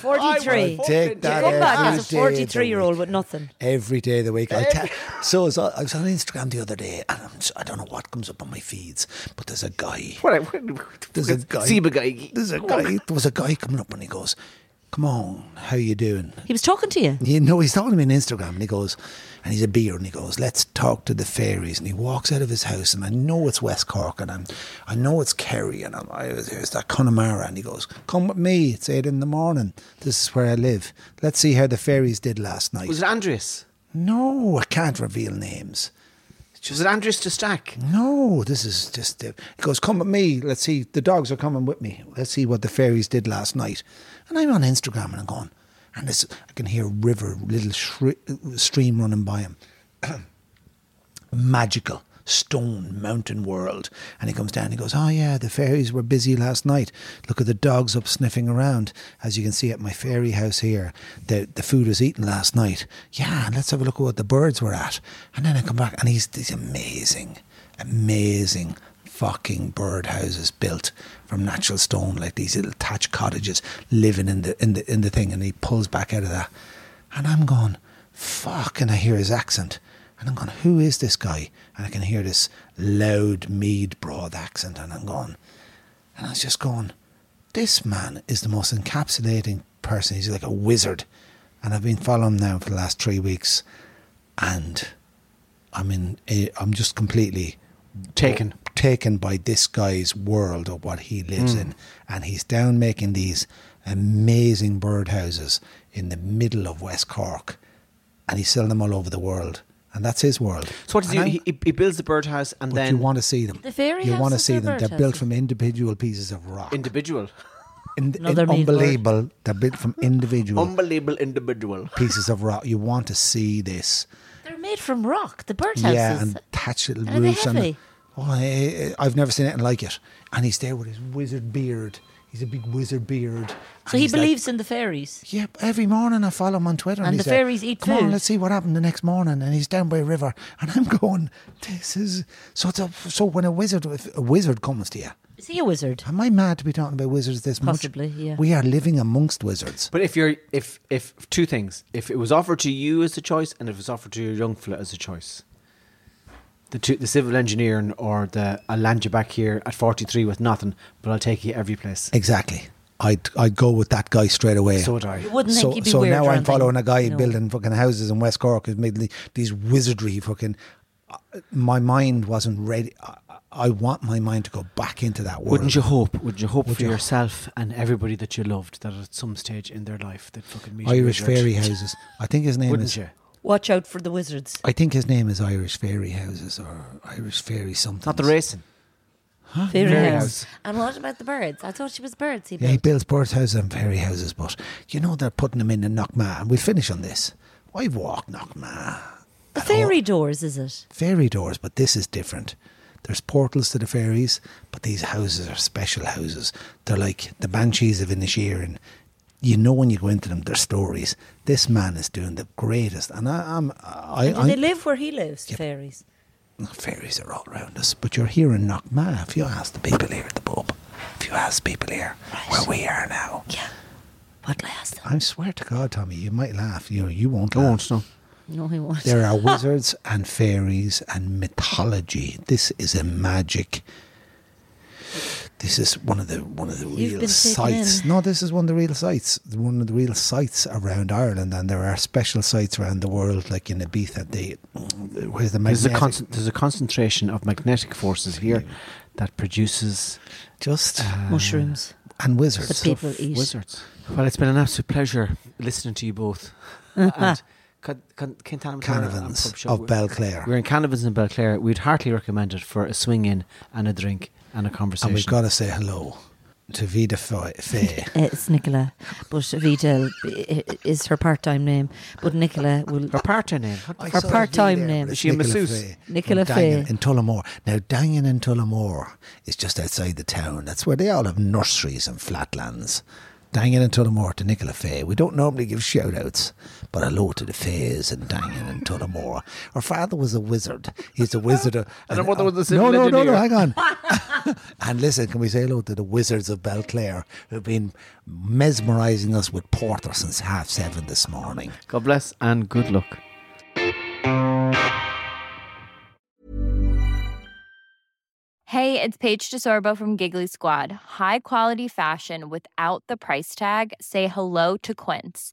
[SPEAKER 4] 43.
[SPEAKER 3] Take that.
[SPEAKER 4] Come back
[SPEAKER 3] every
[SPEAKER 4] as
[SPEAKER 3] day of
[SPEAKER 4] a
[SPEAKER 3] the
[SPEAKER 4] 43 year
[SPEAKER 3] week.
[SPEAKER 4] old with nothing.
[SPEAKER 3] every day of the week. I tell, so I was, on- I was on Instagram the other day, and I'm, si don't know what comes up on my feeds, but there's a guy.
[SPEAKER 5] What,
[SPEAKER 3] There's a guy.
[SPEAKER 5] Zebra guy.
[SPEAKER 3] There's a guy. There was a guy coming up, and he goes, "Come on, how you doing?"
[SPEAKER 4] He was talking to you.
[SPEAKER 3] You know, he's talking to me on Instagram, and he goes, and he's a beer, and he goes, "Let's talk to the fairies." And he walks out of his house, and I know it's West Cork, and I'm, I know it's Kerry, and I'm, I was it's that Connemara, and he goes, "Come with me. It's eight in the morning. This is where I live. Let's see how the fairies did last night."
[SPEAKER 5] Was it Andreas?
[SPEAKER 3] No, I can't reveal names.
[SPEAKER 5] Was it Andreas to stack?
[SPEAKER 3] No, this is just. Uh, he goes, Come with me. Let's see. The dogs are coming with me. Let's see what the fairies did last night. And I'm on Instagram and I'm going, and this, I can hear a river, little shri- stream running by him. Magical stone mountain world. And he comes down and he goes, Oh, yeah, the fairies were busy last night. Look at the dogs up sniffing around. As you can see at my fairy house here, the, the food was eaten last night. Yeah, and let's have a look at what the birds were at. And then I come back and he's, he's amazing amazing fucking birdhouses built from natural stone, like these little thatch cottages living in the in the in the thing. And he pulls back out of that, and I'm going, fuck, and I hear his accent. And I'm going, who is this guy? And I can hear this loud mead broad accent, and I'm going, and I was just going, this man is the most encapsulating person. He's like a wizard. And I've been following him now for the last three weeks. And I'm in, eh, I'm just completely
[SPEAKER 5] Taken.
[SPEAKER 3] taken by this guy's world of what he
[SPEAKER 5] Mm.
[SPEAKER 3] lives in. And he's down making these amazing birdhouses in the middle of West Cork. And he's selling them all over the world. And that's his world.
[SPEAKER 5] So what does
[SPEAKER 3] And
[SPEAKER 5] he,
[SPEAKER 3] I'm-
[SPEAKER 5] he? He builds the birdhouse and
[SPEAKER 3] but
[SPEAKER 5] then
[SPEAKER 3] you want to see them.
[SPEAKER 4] The fairy
[SPEAKER 3] You want to
[SPEAKER 4] houses
[SPEAKER 3] see
[SPEAKER 4] or
[SPEAKER 3] them. They're
[SPEAKER 4] birdhouses?
[SPEAKER 3] built from individual pieces of rock.
[SPEAKER 5] individual,
[SPEAKER 3] In, in
[SPEAKER 4] Another mean word.
[SPEAKER 3] unbelievable. They're built from individual
[SPEAKER 5] unbelievable individual.
[SPEAKER 3] pieces of rock. You want to see this.
[SPEAKER 4] They're made from rock, the
[SPEAKER 3] Yeah,
[SPEAKER 4] birdhouses.
[SPEAKER 3] and thatched little
[SPEAKER 4] Are they
[SPEAKER 3] roofs. on it.
[SPEAKER 4] heavy?
[SPEAKER 3] oh, I, I- I've never seen anything like it. And he's there with his wizard beard. He's a big wizard beard.
[SPEAKER 4] so
[SPEAKER 3] And
[SPEAKER 4] he
[SPEAKER 3] he's like,
[SPEAKER 4] believes in the fairies.
[SPEAKER 3] yeah, every morning I follow him on Twitter. And,
[SPEAKER 4] And
[SPEAKER 3] he's
[SPEAKER 4] the
[SPEAKER 3] like,
[SPEAKER 4] fairies eat
[SPEAKER 3] Come on,
[SPEAKER 4] food."
[SPEAKER 3] let's see what happened the next morning. And he's down by a river. And I'm going, this is... So, it's a, so when a wizard, if a wizard comes to you,
[SPEAKER 4] Is he a wizard?
[SPEAKER 3] Am I mad to be talking about wizards this
[SPEAKER 4] Possibly,
[SPEAKER 3] much?
[SPEAKER 4] yeah.
[SPEAKER 3] We are living amongst wizards.
[SPEAKER 2] But if you're if if two things, if it was offered to you as a choice, and if it was offered to your young fella as a choice, the two, the civil engineering or the I'll land you back here at forty three with nothing, but I'll take you every place.
[SPEAKER 3] Exactly. I'd I'd go with that guy straight away.
[SPEAKER 2] So would I.
[SPEAKER 4] You wouldn't
[SPEAKER 3] so,
[SPEAKER 4] think he'd be
[SPEAKER 3] so
[SPEAKER 4] weird.
[SPEAKER 3] now
[SPEAKER 4] or
[SPEAKER 3] I'm
[SPEAKER 4] anything.
[SPEAKER 3] following a guy
[SPEAKER 4] No.
[SPEAKER 3] building fucking houses in West Cork who's made the- these wizardry fucking. uh, My mind wasn't ready. I, I want my mind to go back into that world.
[SPEAKER 2] Wouldn't you hope? Would you hope
[SPEAKER 3] Would
[SPEAKER 2] for
[SPEAKER 3] you-
[SPEAKER 2] yourself and everybody that you loved that at some stage in their life that fucking meet a
[SPEAKER 3] Irish
[SPEAKER 2] wizard?
[SPEAKER 3] fairy houses. I think his name
[SPEAKER 2] Wouldn't
[SPEAKER 3] is.
[SPEAKER 2] you?
[SPEAKER 4] Watch out for the wizards.
[SPEAKER 3] I think his name is Irish fairy houses or Irish fairy something.
[SPEAKER 2] Not the racing.
[SPEAKER 4] Fairy,
[SPEAKER 2] Fairy
[SPEAKER 4] house.
[SPEAKER 2] house.
[SPEAKER 4] And what about the birds? I thought she was birds. He
[SPEAKER 3] Ah, Yeah, he
[SPEAKER 4] built.
[SPEAKER 3] builds birds houses and fairy houses, but you know they're putting them in in Knockma, and we'll finish on this. I've walked Knockma.
[SPEAKER 4] the fairy doors, is it?
[SPEAKER 3] fairy doors, but this is different. There's portals to the fairies, but these houses are special houses. They're like the banshees of Inishirin. You know when you go into them, their stories. This man is doing the greatest, and I, I'm. I,
[SPEAKER 4] And do
[SPEAKER 3] I, Oh,
[SPEAKER 4] they live where he lives, the fairies?
[SPEAKER 3] Fairies are all around us, but you're here in Knockma. If you ask the people here at the pub, if you ask people here where we are now,
[SPEAKER 4] Yeah. What'll I ask them?
[SPEAKER 3] I swear to God, Tommy, you might laugh. You you won't laugh.
[SPEAKER 2] no.
[SPEAKER 8] No, he won't.
[SPEAKER 3] There are wizards and fairies and mythology. This is a magic. This is one of the one of the
[SPEAKER 4] You've
[SPEAKER 3] real
[SPEAKER 4] been taken
[SPEAKER 3] sites.
[SPEAKER 4] in.
[SPEAKER 3] No, this is one of the real sites. One of the real sites around Ireland, and there are special sites around the world, like in Ibiza. They where's the
[SPEAKER 2] There's a
[SPEAKER 3] magnetic?
[SPEAKER 2] con- there's a concentration of magnetic forces here that produces
[SPEAKER 3] just
[SPEAKER 4] *laughs* Mushrooms.
[SPEAKER 3] uh, and
[SPEAKER 4] The
[SPEAKER 3] wizards.
[SPEAKER 4] people eat.
[SPEAKER 2] wizards. Well, it's been an absolute pleasure listening to you *laughs* both. and Can- Can- Quintana Matara and
[SPEAKER 3] Canavans
[SPEAKER 2] Pub Shop.
[SPEAKER 3] of Belclare.
[SPEAKER 2] We're in Canavans in Belclare. We'd heartily recommend it for a swing in and a drink and
[SPEAKER 3] and
[SPEAKER 2] a
[SPEAKER 3] we've
[SPEAKER 2] conversation.
[SPEAKER 3] got to say hello to Vida Fe- Fey.
[SPEAKER 4] Uh, It's Nicola, but Vita is her part-time name. But Nicola will
[SPEAKER 2] her partner name. What the
[SPEAKER 3] I
[SPEAKER 4] Her
[SPEAKER 3] saw a V
[SPEAKER 4] part-time
[SPEAKER 3] there,
[SPEAKER 4] name.
[SPEAKER 3] but
[SPEAKER 2] Is
[SPEAKER 3] it's
[SPEAKER 2] she a
[SPEAKER 3] Nicola
[SPEAKER 2] masseuse?
[SPEAKER 3] Fey in
[SPEAKER 4] Nicola
[SPEAKER 3] Dangan
[SPEAKER 4] Fey.
[SPEAKER 3] In Tullamore. Now, Dangan in Tullamore is just outside the town. That's where they all have nurseries and flatlands. Dangan and Tullamore to Nicola Fay. We don't normally give shout outs, but hello to the Fays and Dangan and Tullamore. Her father was a wizard. He's a wizard.
[SPEAKER 2] *laughs*
[SPEAKER 3] Of,
[SPEAKER 2] And her mother was a
[SPEAKER 3] No, no,
[SPEAKER 2] civil
[SPEAKER 3] no, no,
[SPEAKER 2] engineer.
[SPEAKER 3] hang on.
[SPEAKER 2] *laughs*
[SPEAKER 3] *laughs* and listen, can we say hello to the wizards of Belclare who've been mesmerising us with porter since half seven this morning?
[SPEAKER 2] God bless and good luck.
[SPEAKER 5] Hey, it's Paige DeSorbo from Giggly Squad. High quality fashion without the price tag. Say hello to Quince.